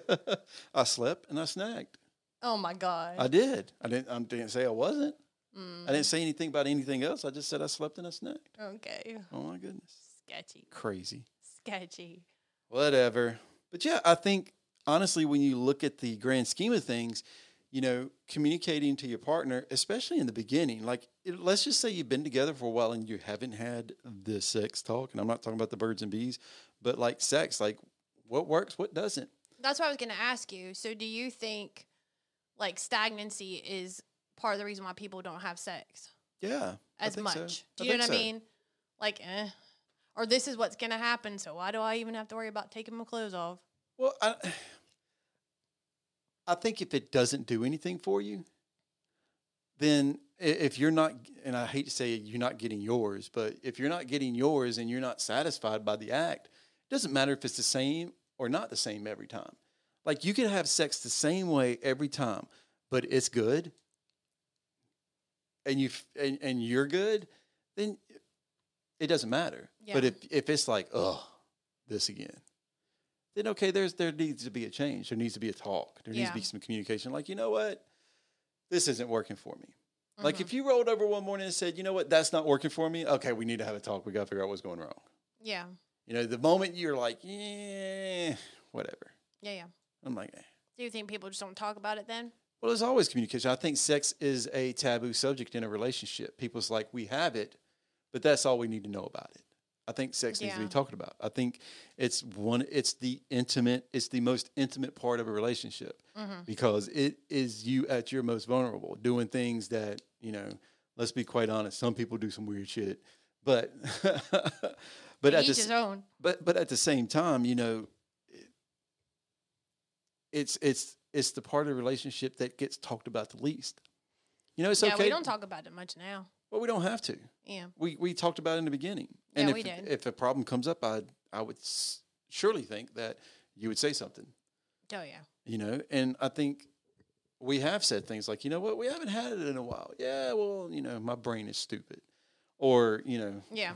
S1: I slept and I snagged.
S2: oh my god.
S1: I did. I didn't. I didn't say I wasn't.
S2: Mm,
S1: I didn't say anything about anything else. I just said I slept and I snagged.
S2: okay.
S1: Oh my goodness,
S2: Sketchy.
S1: crazy.
S2: Sketchy.
S1: whatever. But yeah, I think honestly, when you look at the grand scheme of things, you know, communicating to your partner, especially in the beginning, like it, let's just say you've been together for a while and you haven't had the sex talk, and I'm not talking about the birds and bees, but like sex, like what works, what doesn't.
S2: That's what I was gonna ask you. So do you think like stagnancy is part of the reason why people don't have sex
S1: Yeah, I
S2: as
S1: think so.
S2: much?
S1: I
S2: Do you know
S1: think
S2: what I
S1: so.
S2: mean? Like eh. Or this is what's gonna happen, so why do I even have to worry about taking my clothes off?
S1: Well, I, I think if it doesn't do anything for you, then i- if you're not, and I hate to say it, you're not getting yours, but if you're not getting yours and you're not satisfied by the act, it doesn't matter if it's the same or not the same every time. Like you could have sex the same way every time, but it's good, and you f- and, and you're good, then it doesn't matter. But
S2: Yeah.
S1: if if it's like oh, this again, then okay, there's there needs to be a change. There needs to be a talk. There needs
S2: Yeah.
S1: to be some communication. Like, you know what? This isn't working for me. Like
S2: Mhm.
S1: if you rolled over one morning and said, you know what, that's not working for me, okay, we need to have a talk. We gotta figure out what's going wrong.
S2: Yeah.
S1: You know, the moment you're like, yeah, whatever.
S2: Yeah, yeah.
S1: I'm like, eh.
S2: Do you think people just don't talk about it then?
S1: well, there's always communication. I think sex is a taboo subject in a relationship. People's like, we have it, but that's all we need to know about it. I think sex needs to be
S2: Yeah.
S1: talked about. I think it's one it's the intimate, it's the most intimate part of a relationship.
S2: Mm-hmm.
S1: because it is you at your most vulnerable doing things that you know let's be quite honest some people do some weird shit but but at
S2: Each
S1: the
S2: his
S1: s-
S2: own.
S1: but but at the same time you know it- it's it's it's the part of the relationship that gets talked about the least you know it's
S2: yeah,
S1: okay
S2: we don't talk about it much now.
S1: well we don't have to
S2: Yeah.
S1: we we talked about it in the beginning
S2: Yeah,
S1: and if,
S2: we did.
S1: if a problem comes up i i would s- surely think that you would say something
S2: Oh yeah.
S1: you know and i think we have said things like you know what we haven't had it in a while yeah well you know my brain is stupid or you know
S2: Yeah.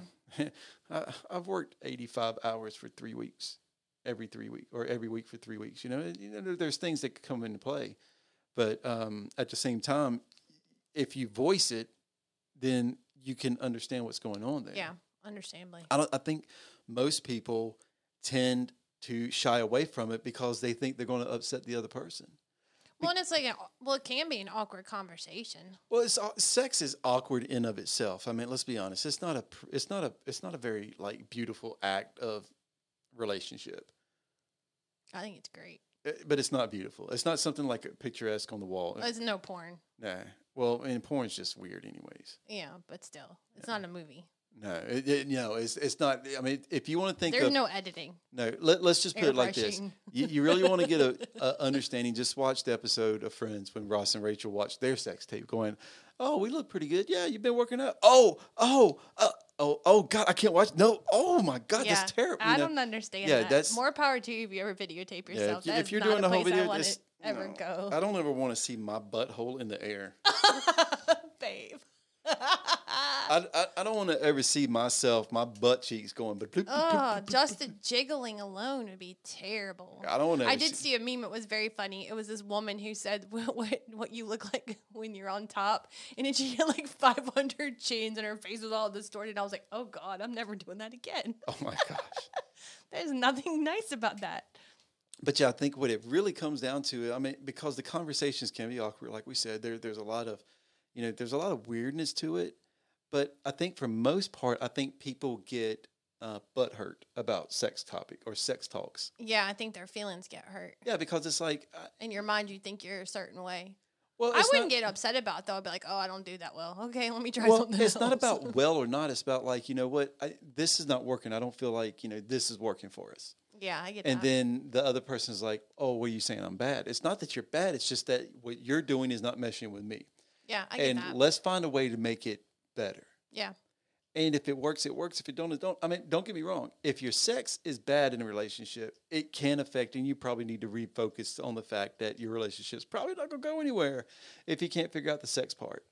S1: I, i've worked 85 hours for three weeks every three week or every week for three weeks you know, and, you know there- there's things that come into play but um, at the same time if you voice it then you can understand what's going on there
S2: Yeah. Understandably.
S1: I don't. I think most people tend to shy away from it because they think they're going to upset the other person.
S2: Well, and it's like, an, au- well, it can be an awkward conversation.
S1: Well, it's au- sex is awkward in of itself. I mean, let's be honest. It's not a. pr- It's not a. It's not a very like beautiful act of relationship.
S2: I think it's great.
S1: Uh, But it's not beautiful. It's not something like a picturesque on the wall. Uh,
S2: It's no porn.
S1: Nah. Well, and porn's just weird, anyways.
S2: Yeah, but still, it's
S1: Yeah.
S2: not a movie.
S1: No, it, it, you know, it's it's not. I mean, if you want to think
S2: There's
S1: of
S2: no editing.
S1: no, let, us just put it like this:
S2: Airbrushing.
S1: you, you really want to get a, a understanding. Just watch the episode of Friends when Ross and Rachel watched their sex tape, going, "Oh, we look pretty good. Yeah, you've been working out. Oh, oh, uh, oh, oh, God, I can't watch. No, oh my God, that's terrible.
S2: I
S1: you know?
S2: don't understand.
S1: Yeah,
S2: that.
S1: that's-
S2: more power to you if you ever videotape
S1: Yeah,
S2: yourself.
S1: you-
S2: That is not a place I want
S1: this-
S2: to ever
S1: no,
S2: go,
S1: I don't ever want to see my butthole in the air.
S2: babe.
S1: I, I, I don't want to ever see myself, my butt cheeks going. But
S2: oh, just the jiggling alone would be terrible.
S1: I don't want to.
S2: I did see a meme. It was very funny. It was this woman who said, "What what, what you look like when you're on top," and then she had like 500 chains, and her face was all distorted. I was like, "Oh God, I'm never doing that again."
S1: Oh my gosh.
S2: There's nothing nice about that.
S1: But yeah, I think what it really comes down to, I mean, because the conversations can be awkward, like we said, there, there's a lot of, you know, there's a lot of weirdness to it. But I think for most part, I think people get uh, butthurt about sex topic or sex talks.
S2: Yeah, I think their feelings get hurt.
S1: Yeah, because it's like, uh,
S2: In your mind, you think you're a certain way.
S1: well,
S2: I
S1: it's
S2: wouldn't
S1: not,
S2: get upset about it, though. I'd be like, "Oh, I don't do that well. Okay, let me try
S1: Well,
S2: something."
S1: it's not
S2: else."
S1: about well or not. It's about like you know what, I, this is not working. I don't feel like you know this is working for us.
S2: yeah, I get
S1: And
S2: that.
S1: then the other person's like, "Oh, what are you saying? I'm bad." It's not that you're bad. It's just that what you're doing is not meshing with me.
S2: yeah, I get
S1: and
S2: that.
S1: let's find a way to make it better.
S2: yeah,
S1: And if it works, it works. If it don't, it don't. I mean, don't get me wrong. If your sex is bad in a relationship, it can affect, and you probably need to refocus on the fact that your relationship's probably not going to go anywhere if you can't figure out the sex part.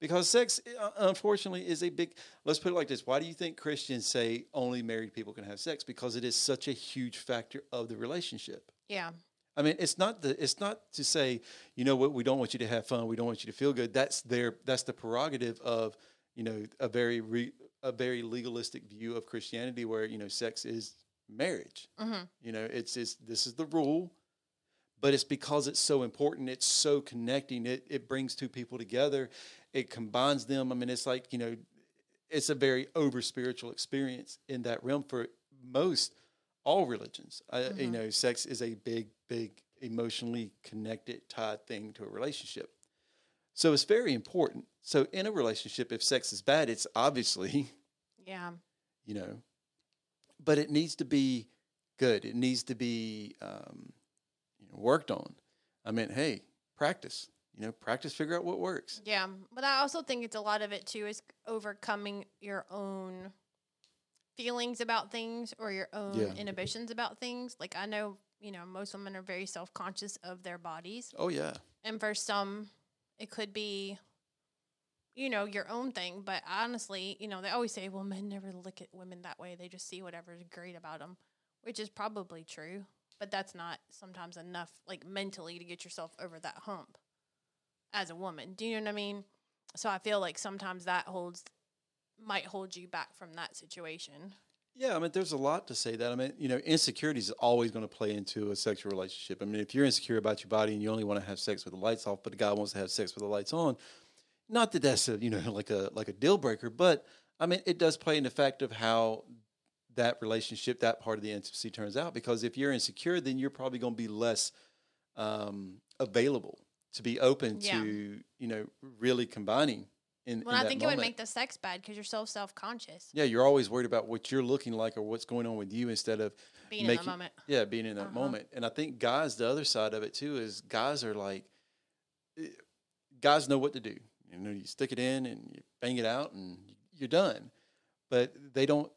S1: Because sex, uh, unfortunately, is a big. Let's put it like this: Why do you think Christians say only married people can have sex? Because it is such a huge factor of the relationship.
S2: yeah,
S1: I mean, it's not the it's not to say, you know what, we don't want you to have fun, we don't want you to feel good. That's their that's the prerogative of you know a very re, a very legalistic view of Christianity where you know sex is marriage.
S2: Mhm.
S1: You know, it's it's this is the rule, but it's because it's so important. It's so connecting. It it brings two people together. It combines them. I mean, it's like you know, it's a very over spiritual experience in that realm for most all religions. I, You know, sex is a big, big emotionally connected, tied thing to a relationship. So it's very important. So in a relationship, if sex is bad, it's obviously
S2: yeah.
S1: you know but it needs to be good it needs to be um, you know, worked on i mean hey practice you know practice figure out what works
S2: Yeah, but I also think it's a lot of it too is overcoming your own feelings about things or your own
S1: Yeah.
S2: inhibitions about things. Like I know, you know, most women are very self-conscious of their bodies,
S1: oh yeah
S2: and for some it could be you know, your own thing, but honestly, you know, they always say, "Well, men never look at women that way. They just see whatever's great about them," which is probably true, but that's not sometimes enough like mentally to get yourself over that hump as a woman. Do you know what I mean? So I feel like sometimes that holds might hold you back from that situation.
S1: yeah i mean there's a lot to say that i mean you know insecurities is always going to play into a sexual relationship i mean if you're insecure about your body and you only want to have sex with the lights off but the guy wants to have sex with the lights on not that that's a you know like a like a deal breaker but i mean it does play an effect of how that relationship that part of the intimacy turns out because if you're insecure then you're probably going to be less um, available to be open
S2: Yeah.
S1: to you know really combining in,
S2: Well,
S1: in
S2: I
S1: that
S2: think it
S1: moment.
S2: would make the sex bad because you're so self-conscious
S1: yeah you're always worried about what you're looking like or what's going on with you instead of
S2: being in
S1: Make
S2: the
S1: you-
S2: moment.
S1: yeah, being in that
S2: Uh-huh.
S1: moment. And I think guys, the other side of it too is guys are like, eh, guys know what to do. You know, you stick it in and you bang it out and you're done. But they don't,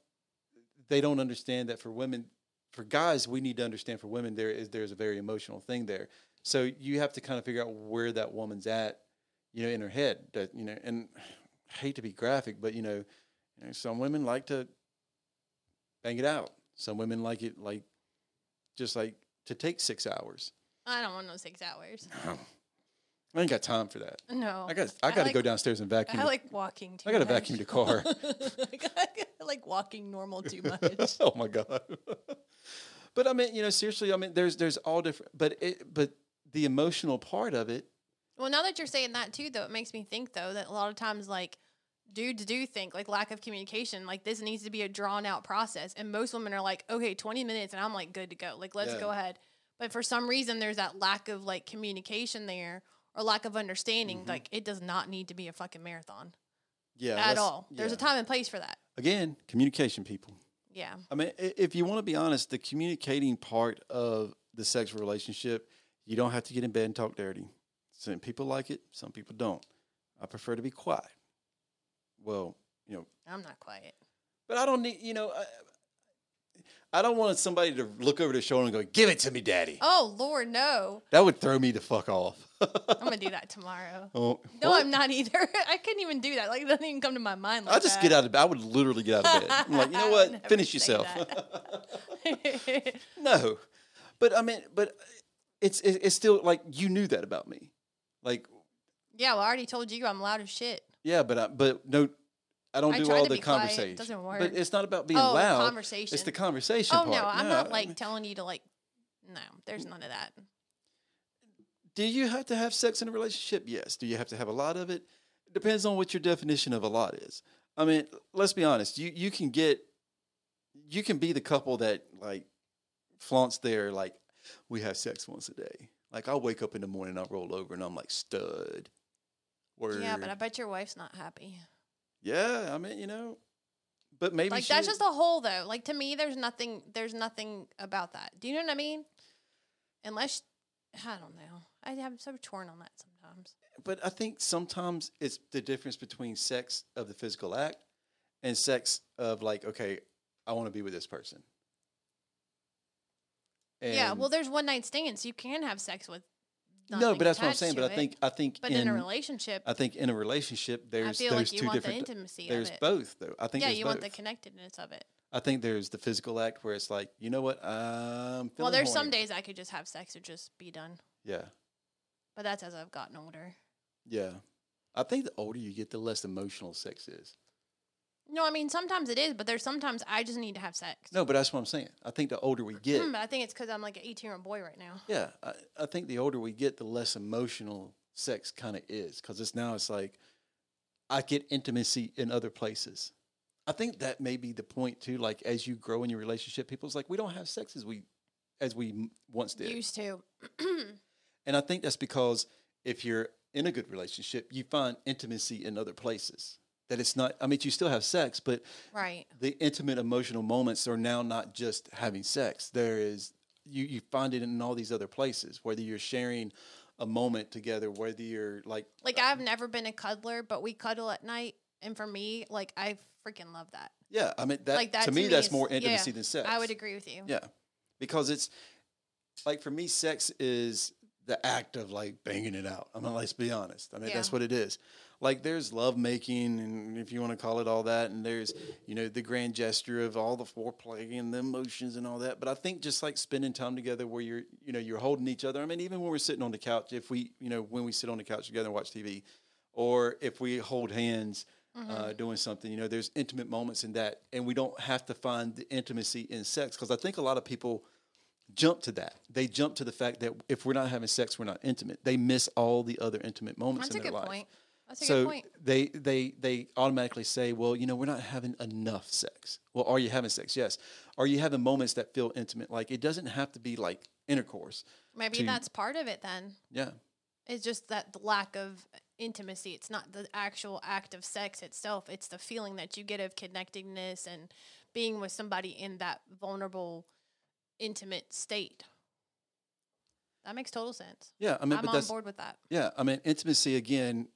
S1: they don't understand that for women, for guys, we need to understand for women there is there's a very emotional thing there. So you have to kind of figure out where that woman's at, you know, in her head. That you know, and I hate to be graphic, but you know, you know, some women like to bang it out. Some women like it like just like to take six hours.
S2: I don't want no six hours.
S1: I ain't got time for that.
S2: No,
S1: I got I
S2: I
S1: got to
S2: like-
S1: go downstairs and vacuum.
S2: I
S1: the-
S2: like walking too
S1: I gotta
S2: much.
S1: vacuum the car.
S2: I gotta- I like walking normal too much.
S1: oh my god. but I mean, you know, seriously, I mean, there's there's all different, but it but the emotional part of it.
S2: well, now that you're saying that too, though, it makes me think, though, that a lot of times, like, dudes do think, like, lack of communication, like, this needs to be a drawn out process. And most women are like, okay, 20 minutes, and I'm like, good to go. Like, let's
S1: Yeah.
S2: go ahead. But for some reason, there's that lack of, like, communication there or lack of understanding.
S1: Mhm.
S2: Like, it does not need to be a fucking marathon
S1: Yeah,
S2: at
S1: let's-
S2: all. There's a
S1: yeah.
S2: time and place for that.
S1: Again, communication, people.
S2: Yeah.
S1: I mean, i- if you want to be honest, the communicating part of the sexual relationship, you don't have to get in bed and talk dirty. Some people like it, some people don't. I prefer to be quiet. Well, you know,
S2: I'm not quiet.
S1: but I don't need, you know, I, I don't want somebody to look over their shoulder and go, give it to me, daddy.
S2: Oh Lord, no.
S1: That would throw me the fuck off.
S2: I'm gonna do that tomorrow.
S1: Oh,
S2: No,
S1: what?
S2: I'm not either. I couldn't even do that. Like it doesn't even come to my mind. Like
S1: I just
S2: that.
S1: get out of bed. I would literally get out of bed. I'm like, you know
S2: I would
S1: what?
S2: never
S1: Finish
S2: say
S1: yourself.
S2: that.
S1: No, but I mean, but it's it- it's still like you knew that about me, like
S2: yeah, well, I already told you I'm loud as shit.
S1: yeah, but I, but no, I don't
S2: I
S1: do
S2: tried
S1: all
S2: to
S1: the
S2: be quiet. It
S1: conversation.
S2: doesn't work.
S1: But it's not about being
S2: oh, the
S1: loud.
S2: conversation.
S1: It's the conversation.
S2: oh
S1: part.
S2: no, I'm not
S1: I
S2: like
S1: mean,
S2: telling you to like. No, there's none of that.
S1: do you have to have sex in a relationship? Yes. Do you have to have a lot of it? Depends on what your definition of a lot is. I mean, let's be honest. You you can get, you can be the couple that like flaunts their like, we have sex once a day. Like I'll wake up in the morning, I'll roll over, and I'm like stud. Word.
S2: Yeah, but I bet your wife's not happy.
S1: Yeah, I mean, you know, but maybe
S2: like
S1: she
S2: that's
S1: is.
S2: just a whole though. Like to me, there's nothing. There's nothing about that. Do you know what I mean? Unless I don't know. I, I'm so torn on that sometimes.
S1: but I think sometimes it's the difference between sex of the physical act and sex of like, okay, I want to be with this person.
S2: yeah, well,
S1: And-
S2: there's one night stands. You can have sex with.
S1: no,
S2: nothing
S1: but that's what I'm
S2: attached
S1: saying.
S2: to
S1: But I
S2: it.
S1: think I think
S2: But in,
S1: in,
S2: a relationship,
S1: I think in a relationship,
S2: I
S1: there's
S2: feel
S1: there's
S2: like you
S1: two
S2: want the
S1: different.
S2: intimacy
S1: there's
S2: of it.
S1: both though. I think
S2: yeah,
S1: there's
S2: you
S1: both.
S2: want the connectedness of it.
S1: I think there's the physical act where it's like, you know what, I'm feeling
S2: Well, there's
S1: horny.
S2: some days I could just have sex or just be done.
S1: Yeah,
S2: But that's as I've gotten older.
S1: yeah. I think the older you get, the less emotional sex is.
S2: No, I mean sometimes it is, but there's sometimes I just need to have sex.
S1: No, but that's what I'm saying. I think the older we get,
S2: Hmm, but I think it's because I'm like an 18 year old boy right now.
S1: yeah, I, I think the older we get, the less emotional sex kind of is because it's now it's like I get intimacy in other places. I think that may be the point too. Like as you grow in your relationship, people's like we don't have sex as we as we m- once did,
S2: Used to.
S1: and I think that's because if you're in a good relationship, you find intimacy in other places. That it's not. I mean, you still have sex, but
S2: right.
S1: the intimate emotional moments are now not just having sex. There is you you find it in all these other places. Whether you're sharing a moment together, whether you're like
S2: Like I've never been a cuddler, but we cuddle at night. And for me, like I freaking love that.
S1: yeah, I mean that,
S2: Like, that
S1: to
S2: to
S1: me,
S2: me
S1: that's
S2: is-
S1: more
S2: yeah,
S1: intimacy than sex.
S2: I would agree with you.
S1: Yeah, because it's like for me, sex is the act of like banging it out. I mean, let's be honest. I mean,
S2: Yeah.
S1: that's what it is. Like there's love making, and if you want to call it all that, and there's you know the grand gesture of all the foreplay and the emotions and all that. But I think just like spending time together, where you're you know you're holding each other. I mean, even when we're sitting on the couch, if we you know when we sit on the couch together and watch TV, or if we hold hands uh, doing something. You know, there's intimate moments in that, and we don't have to find the intimacy in sex because I think a lot of people jump to that. They jump to the fact that if we're not having sex, we're not intimate. They miss all the other intimate moments
S2: That's a
S1: in
S2: good
S1: their life.
S2: point. That's a good
S1: So
S2: point.
S1: they they they automatically say, well, you know, we're not having enough sex. Well, are you having sex? Yes. Are you having moments that feel intimate? Like it doesn't have to be like intercourse.
S2: Maybe
S1: to-
S2: that's part of it then.
S1: Yeah.
S2: It's just that the lack of intimacy. It's not the actual act of sex itself. It's the feeling that you get of connectedness and being with somebody in that vulnerable, intimate state. That makes total sense.
S1: Yeah. I
S2: I
S1: mean,
S2: am
S1: but
S2: on
S1: that's
S2: board with that.
S1: yeah. I mean, intimacy again.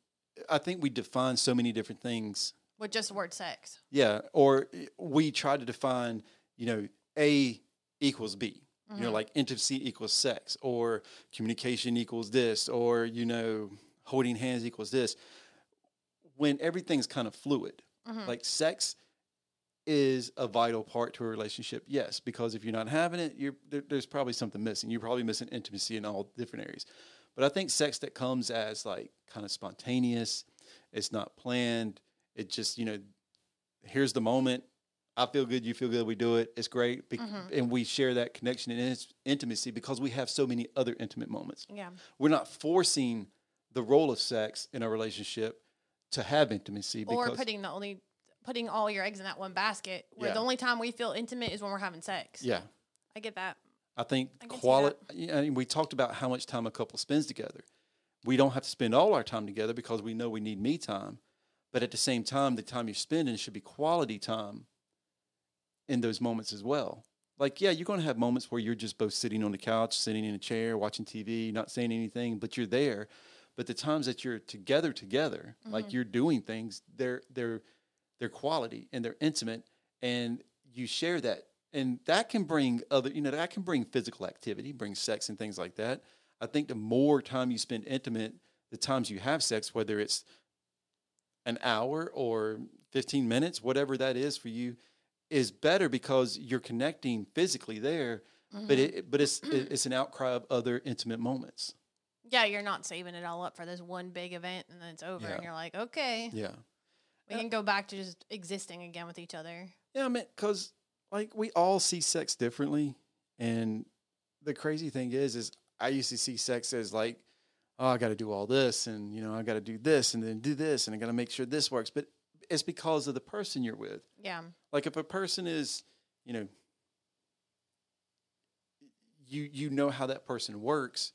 S1: I think we define so many different things
S2: With just the word sex.
S1: Yeah, or i- we try to define, you know, A equals B. You
S2: Mm-hmm.
S1: know, like intimacy equals sex, or communication equals this, or you know, holding hands equals this. When everything's kind of fluid,
S2: Mhm.
S1: like sex is a vital part to a relationship, yes, because if you're not having it, you're there, there's probably something missing. You're probably missing intimacy in all different areas. But I think sex that comes as like kind of spontaneous, it's not planned. It just you know here's the moment. I feel good. You feel good. We do it. It's great. Be-
S2: Mhm.
S1: And we share that connection and its intimacy because we have so many other intimate moments.
S2: Yeah.
S1: We're not forcing the role of sex in a relationship to have intimacy. Because,
S2: Or putting the only putting all your eggs in that one basket where
S1: Yeah.
S2: the only time we feel intimate is when we're having sex.
S1: yeah,
S2: I get that.
S1: I think
S2: I can see
S1: quality.
S2: that.
S1: I mean, we talked about how much time a couple spends together. We don't have to spend all our time together because we know we need me time, But at the same time, the time you're spending should be quality time in those moments as well. Like, yeah, you're going to have moments where you're just both sitting on the couch, sitting in a chair, watching TV, not saying anything, but you're there. But the times that you're together, together, like you're doing things, they're they're they're quality and they're intimate, and you share that, and that can bring other, you know, that can bring physical activity, bring sex and things like that. I think the more time you spend intimate, the times you have sex, whether it's an hour or 15 minutes, whatever that is for you, is better because you're connecting physically there.
S2: Mm-hmm.
S1: But it, but it's it- it's an outcry of other intimate moments.
S2: Yeah, you're not saving it all up for this one big event and then it's over
S1: Yeah.
S2: and you're like, okay,
S1: Yeah,
S2: we can go back to just existing again with each other.
S1: yeah. I mean, because like we all see sex differently, and the crazy thing is, is I used to see sex as like, oh, I got to do all this, and you know, I got to do this, and then do this, and I got to make sure this works. But it's because of the person you're with.
S2: Yeah.
S1: like if a person is you know you you know how that person works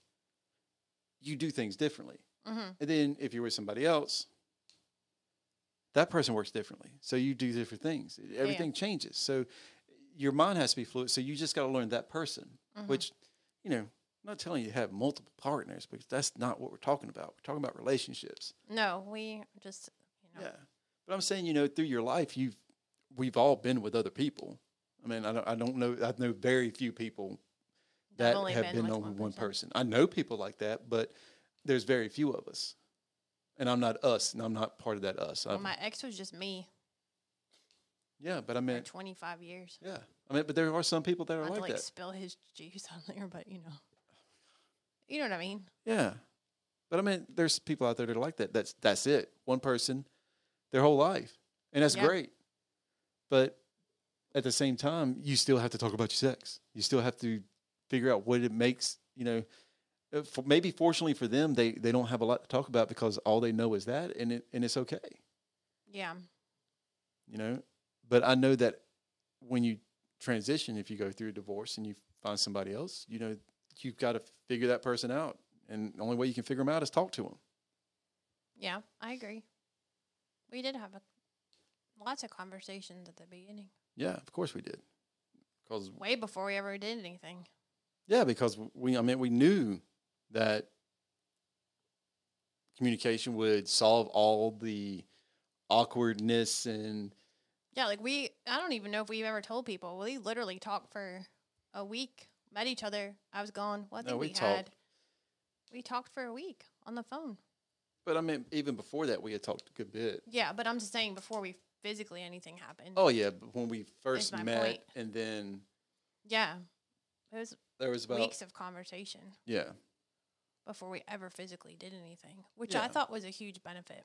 S1: you do things differently
S2: Mm-hmm.
S1: and then if you're with somebody else that person works differently so you do different things everything changes so your mind has to be fluid so you just got to learn that person
S2: Mhm.
S1: which you know I'm not telling you to have multiple partners because that's not what we're talking about we're talking about relationships
S2: No, we just, you know.
S1: yeah, but I'm saying, you know, through your life, you've we've all been with other people. I mean, I don't, I don't know. I know very few people that
S2: only
S1: have
S2: been
S1: been
S2: with
S1: only
S2: one
S1: one,
S2: person.
S1: person. I know people like that, but there's very few of us. And I'm not us, and I'm not part of that us.
S2: Well,
S1: I'm-
S2: my ex was just me
S1: yeah, but I
S2: for
S1: mean,
S2: 25 years.
S1: yeah, I mean, but there are some people that
S2: I
S1: are
S2: had to
S1: like
S2: like
S1: that.
S2: spill his juice on there, but you know, you know what I mean.
S1: Yeah, but I mean, there's people out there that are like that. That's that's it. One person, their whole life, and that's
S2: Yeah.
S1: great. But at the same time, you still have to talk about your sex. You still have to figure out what it makes. You know, Uh, for, maybe fortunately for them, they they don't have a lot to talk about because all they know is that, and it and it's okay.
S2: Yeah,
S1: You know, but I know that when you transition, if you go through a divorce and you find somebody else, you know, you've got to figure that person out, and the only way you can figure them out is talk to them.
S2: yeah, I agree. We did have a, lots of conversations at the beginning,
S1: Yeah, of course we did. Because
S2: way before we ever did anything.
S1: yeah, because we I mean we knew that communication would solve all the awkwardness and
S2: Yeah, like we, I don't even know if we've ever told people. We literally talked for a week, met each other. I was gone. Well, I
S1: No,
S2: think
S1: we
S2: we,
S1: talked.
S2: had, we talked for a week on the phone.
S1: but I mean even before that we had talked a good bit.
S2: Yeah, but I'm just saying before we physically anything happened.
S1: Oh yeah, but when we first
S2: my
S1: met
S2: point.
S1: and then
S2: Yeah, it was
S1: there was about
S2: weeks of conversation.
S1: yeah.
S2: before we ever physically did anything, which I
S1: Yeah.
S2: thought was a huge benefit.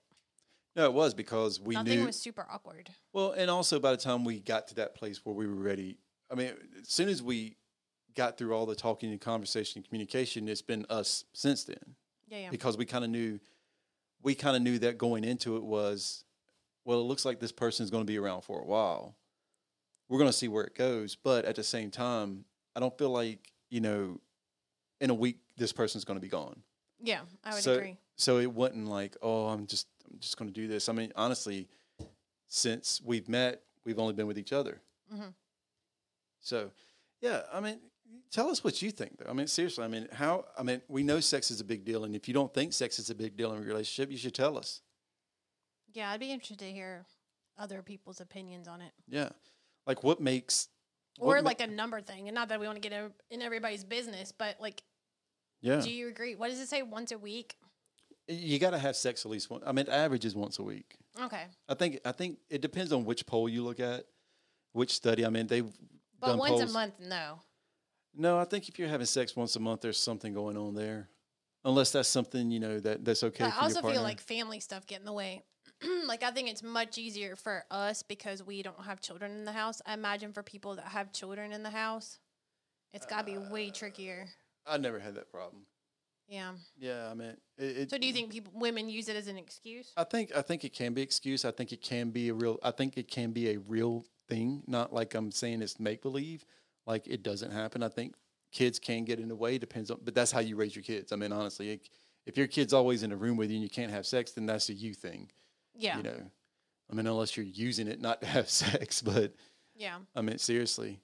S1: No, it was because we
S2: Nothing
S1: knew
S2: was super awkward.
S1: Well, and also by the time we got to that place where we were ready, I mean, as soon as we got through all the talking and conversation and communication, it's been us since then.
S2: Yeah, yeah.
S1: because we kind of knew we kind of knew that going into it was well it looks like this person's going to be around for a while we're going to see where it goes but at the same time i don't feel like you know in a week this person's going to be gone
S2: Yeah, I would
S1: so,
S2: agree.
S1: so it wasn't like oh i'm just i'm just going to do this i mean honestly since we've met we've only been with each other
S2: Mhm.
S1: so yeah i mean tell us what you think though i mean seriously i mean how i mean we know sex is a big deal and if you don't think sex is a big deal in a relationship you should tell us
S2: Yeah, I'd be interested to hear other people's opinions on it
S1: yeah like what makes
S2: or
S1: what ma-
S2: like a number thing. And not that we want to get in- in everybody's business, but like,
S1: yeah
S2: do you agree? What does it say? Once a week?
S1: you got to have sex at least one i mean the average is once a week
S2: Okay.
S1: i think i think it depends on which poll you look at which study i mean they've
S2: But
S1: done
S2: once
S1: polls.
S2: a month, no.
S1: No, I think if you're having sex once a month, there's something going on there. Unless that's something you know that that's okay.
S2: But
S1: for
S2: I also
S1: your partner.
S2: feel like family stuff get in the way. like I think it's much easier for us because we don't have children in the house. I imagine for people that have children in the house, it's got to be
S1: Uh,
S2: way trickier.
S1: I never had that problem.
S2: Yeah.
S1: Yeah, I mean, it, it,
S2: So do you think people women use it as an excuse?
S1: I think I think it can be excuse. I think it can be a real. I think it can be a real thing. Not like I'm saying it's make believe. Like it doesn't happen. I think kids can get in the way. Depends on, but that's how you raise your kids. I mean, honestly, it, if your kid's always in a room with you and you can't have sex, then that's a you thing.
S2: Yeah.
S1: You know, I mean, unless you're using it not to have sex, but
S2: Yeah.
S1: I mean, seriously.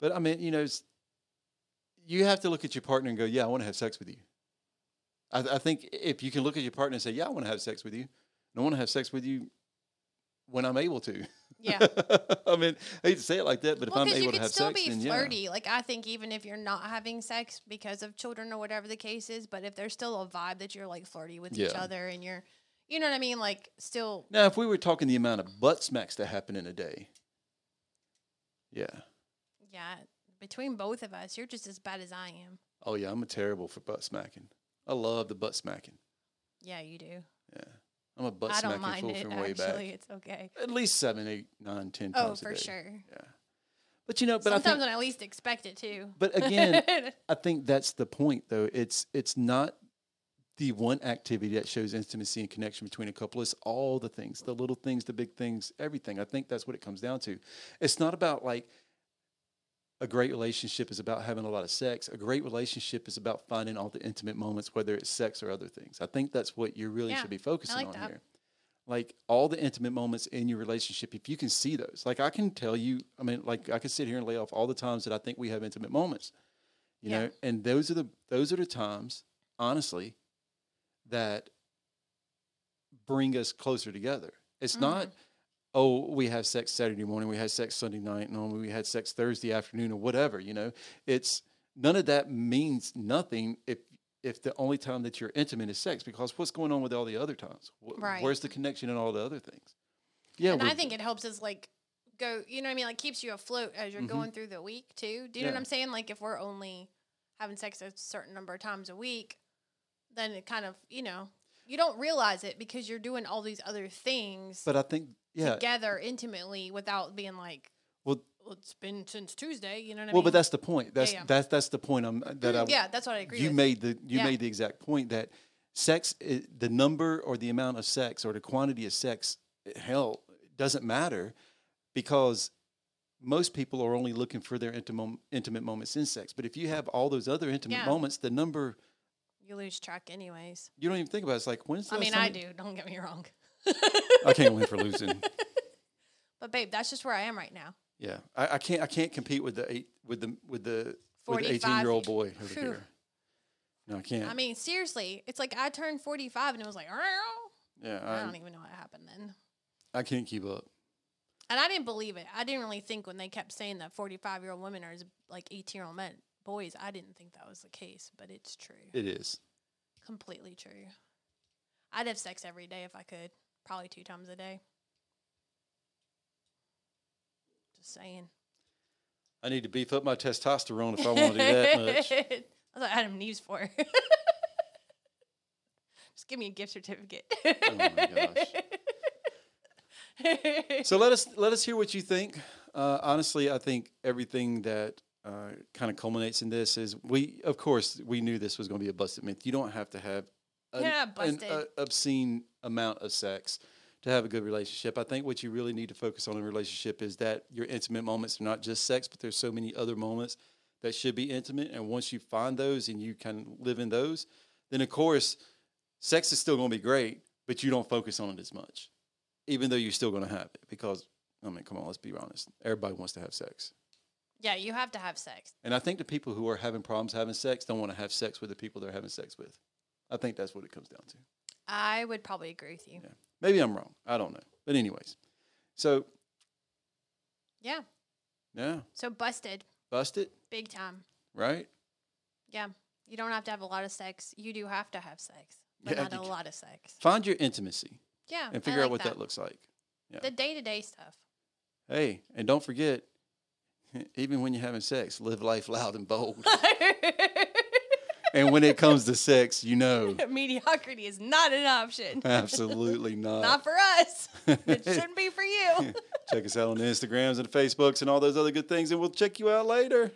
S1: But I mean, you know, it's, you have to look at your partner and go, yeah, I want to have sex with you. I, I think if you can look at your partner and say, yeah, I want to have sex with you, and I want to have sex with you when I'm able to.
S2: Yeah.
S1: I mean, I hate to say it like that, but
S2: well,
S1: if I'm
S2: because you
S1: able to
S2: could
S1: have
S2: still
S1: sex,
S2: be
S1: then yeah.
S2: flirty. Like I think even if you're not having sex because of children or whatever the case is, but if there's still a vibe that you're like flirty with each
S1: Yeah.
S2: other and you're, you know what I mean, like still
S1: Now, if we were talking the amount of butt smacks that happen in a day, yeah.
S2: Yeah, between both of us, you're just as bad as I am.
S1: Oh, yeah, I'm a terrible for butt smacking. I love the butt smacking.
S2: Yeah, you do.
S1: Yeah. I'm a butt
S2: I don't
S1: smacking
S2: mind
S1: fool
S2: it.
S1: from way
S2: Actually,
S1: back.
S2: it's okay.
S1: At least seven, eight, nine, ten
S2: Oh,
S1: times a
S2: for
S1: day.
S2: sure.
S1: Yeah. But you know, but
S2: Sometimes
S1: I think
S2: when I least expect it too.
S1: But again, I think that's the point, though. It's it's not the one activity that shows intimacy and connection between a couple. It's all the things, the little things, the big things, everything. I think that's what it comes down to. It's not about like a great relationship is about having a lot of sex. A great relationship is about finding all the intimate moments, whether it's sex or other things. I think that's what you really
S2: Yeah,
S1: should be focusing
S2: like
S1: on
S2: that.
S1: here. Like all the intimate moments in your relationship, if you can see those, like I can tell you, I mean, like I could sit here and lay off all the times that I think we have intimate moments you
S2: Yeah.
S1: know and those are the those are the times honestly that bring us closer together it's
S2: Mhm.
S1: not oh we have sex saturday morning we had sex sunday night and only we had sex thursday afternoon or whatever you know it's none of that means nothing if if the only time that you're intimate is sex because what's going on with all the other times Wh-
S2: Right.
S1: where's the connection in all the other things yeah
S2: and I
S1: we're-
S2: think it helps us like go. You know what I mean? Like keeps you afloat as you're
S1: Mhm.
S2: going through the week too. Do you know what
S1: Yeah.
S2: I'm saying? Like if we're only having sex a certain number of times a week, then it kind of you know you don't realize it because you're doing all these other things
S1: but i think yeah
S2: together intimately without being like,
S1: well
S2: well, it's been since Tuesday. You know what I
S1: well
S2: mean?
S1: but that's the point that's
S2: yeah. Mm-hmm.
S1: that's that's the point i'm that i
S2: yeah, that's what I agree.
S1: you
S2: with.
S1: made the you
S2: Yeah.
S1: made the exact point that sex i the number or the amount of sex or the quantity of sex eh, hell it doesn't matter because most people are only looking for their intimate intimate moments in sex but if you have all those other intimate
S2: Yeah.
S1: moments the number
S2: You lose track, anyways.
S1: you don't even think about it. it's like when's the
S2: I
S1: last
S2: mean,
S1: time
S2: I
S1: that-
S2: do. Don't get me wrong.
S1: I can't win for losing
S2: But babe, that's just where I am right now.
S1: yeah I, I can't I can't compete with the eight with the with the with the
S2: 45.
S1: 18 year old boy over
S2: Phew.
S1: here no I can't
S2: I mean, seriously, it's like I turned 45 and it was like, "Arrgh."
S1: yeah
S2: I
S1: I,
S2: don't e even know what happened then.
S1: I can't keep up
S2: And I didn't believe it. I didn't really think when they kept saying that 45 year old women are as like 18 year old men, boys, I didn't think that was the case, but it's true.
S1: it is
S2: Completely true. I'd have sex every day if I could, probably two times a day. Just saying.
S1: I need to beef up my testosterone if I want to do that much.
S2: That's what Adam Neves for. Just give me a gift certificate.
S1: Oh my So let us let us hear what you think. Uh, honestly, I think everything that uh, kind of culminates in this is we, of course, we knew this was going to be a busted myth. You don't have to have an,
S2: Yeah,
S1: an
S2: busted.
S1: uh, obscene amount of sex to have a good relationship. I think what you really need to focus on in a relationship is that your intimate moments are not just sex, but there's so many other moments that should be intimate. And once you find those and you can live in those, then of course, sex is still going to be great, but you don't focus on it as much, even though you're still going to have it. Because, I mean, come on, let's be honest. Everybody wants to have sex.
S2: yeah, you have to have sex.
S1: And I think the people who are having problems having sex don't want to have sex with the people they're having sex with. I think that's what it comes down to.
S2: I would probably agree with you.
S1: Yeah. Maybe I'm wrong. I don't know. But, anyways, so
S2: Yeah.
S1: yeah,
S2: So busted,
S1: bust it,
S2: big time.
S1: right?
S2: Yeah. You don't have to have a lot of sex. You do have to have sex, but
S1: Yeah,
S2: not
S1: you
S2: a
S1: do.
S2: lot of sex.
S1: Find your intimacy
S2: Yeah. Oh, I
S1: and figure
S2: like
S1: out what that. looks like. yeah.
S2: The day to day stuff.
S1: Hey, and don't forget, even when you're having sex, live life loud and bold. and when it comes to sex, you know,
S2: Mediocrity is not an option.
S1: absolutely
S2: Not
S1: not.
S2: for us. It shouldn't be for you.
S1: check us out on the Instagrams and the Facebooks and all those other good things, and we'll check you out later.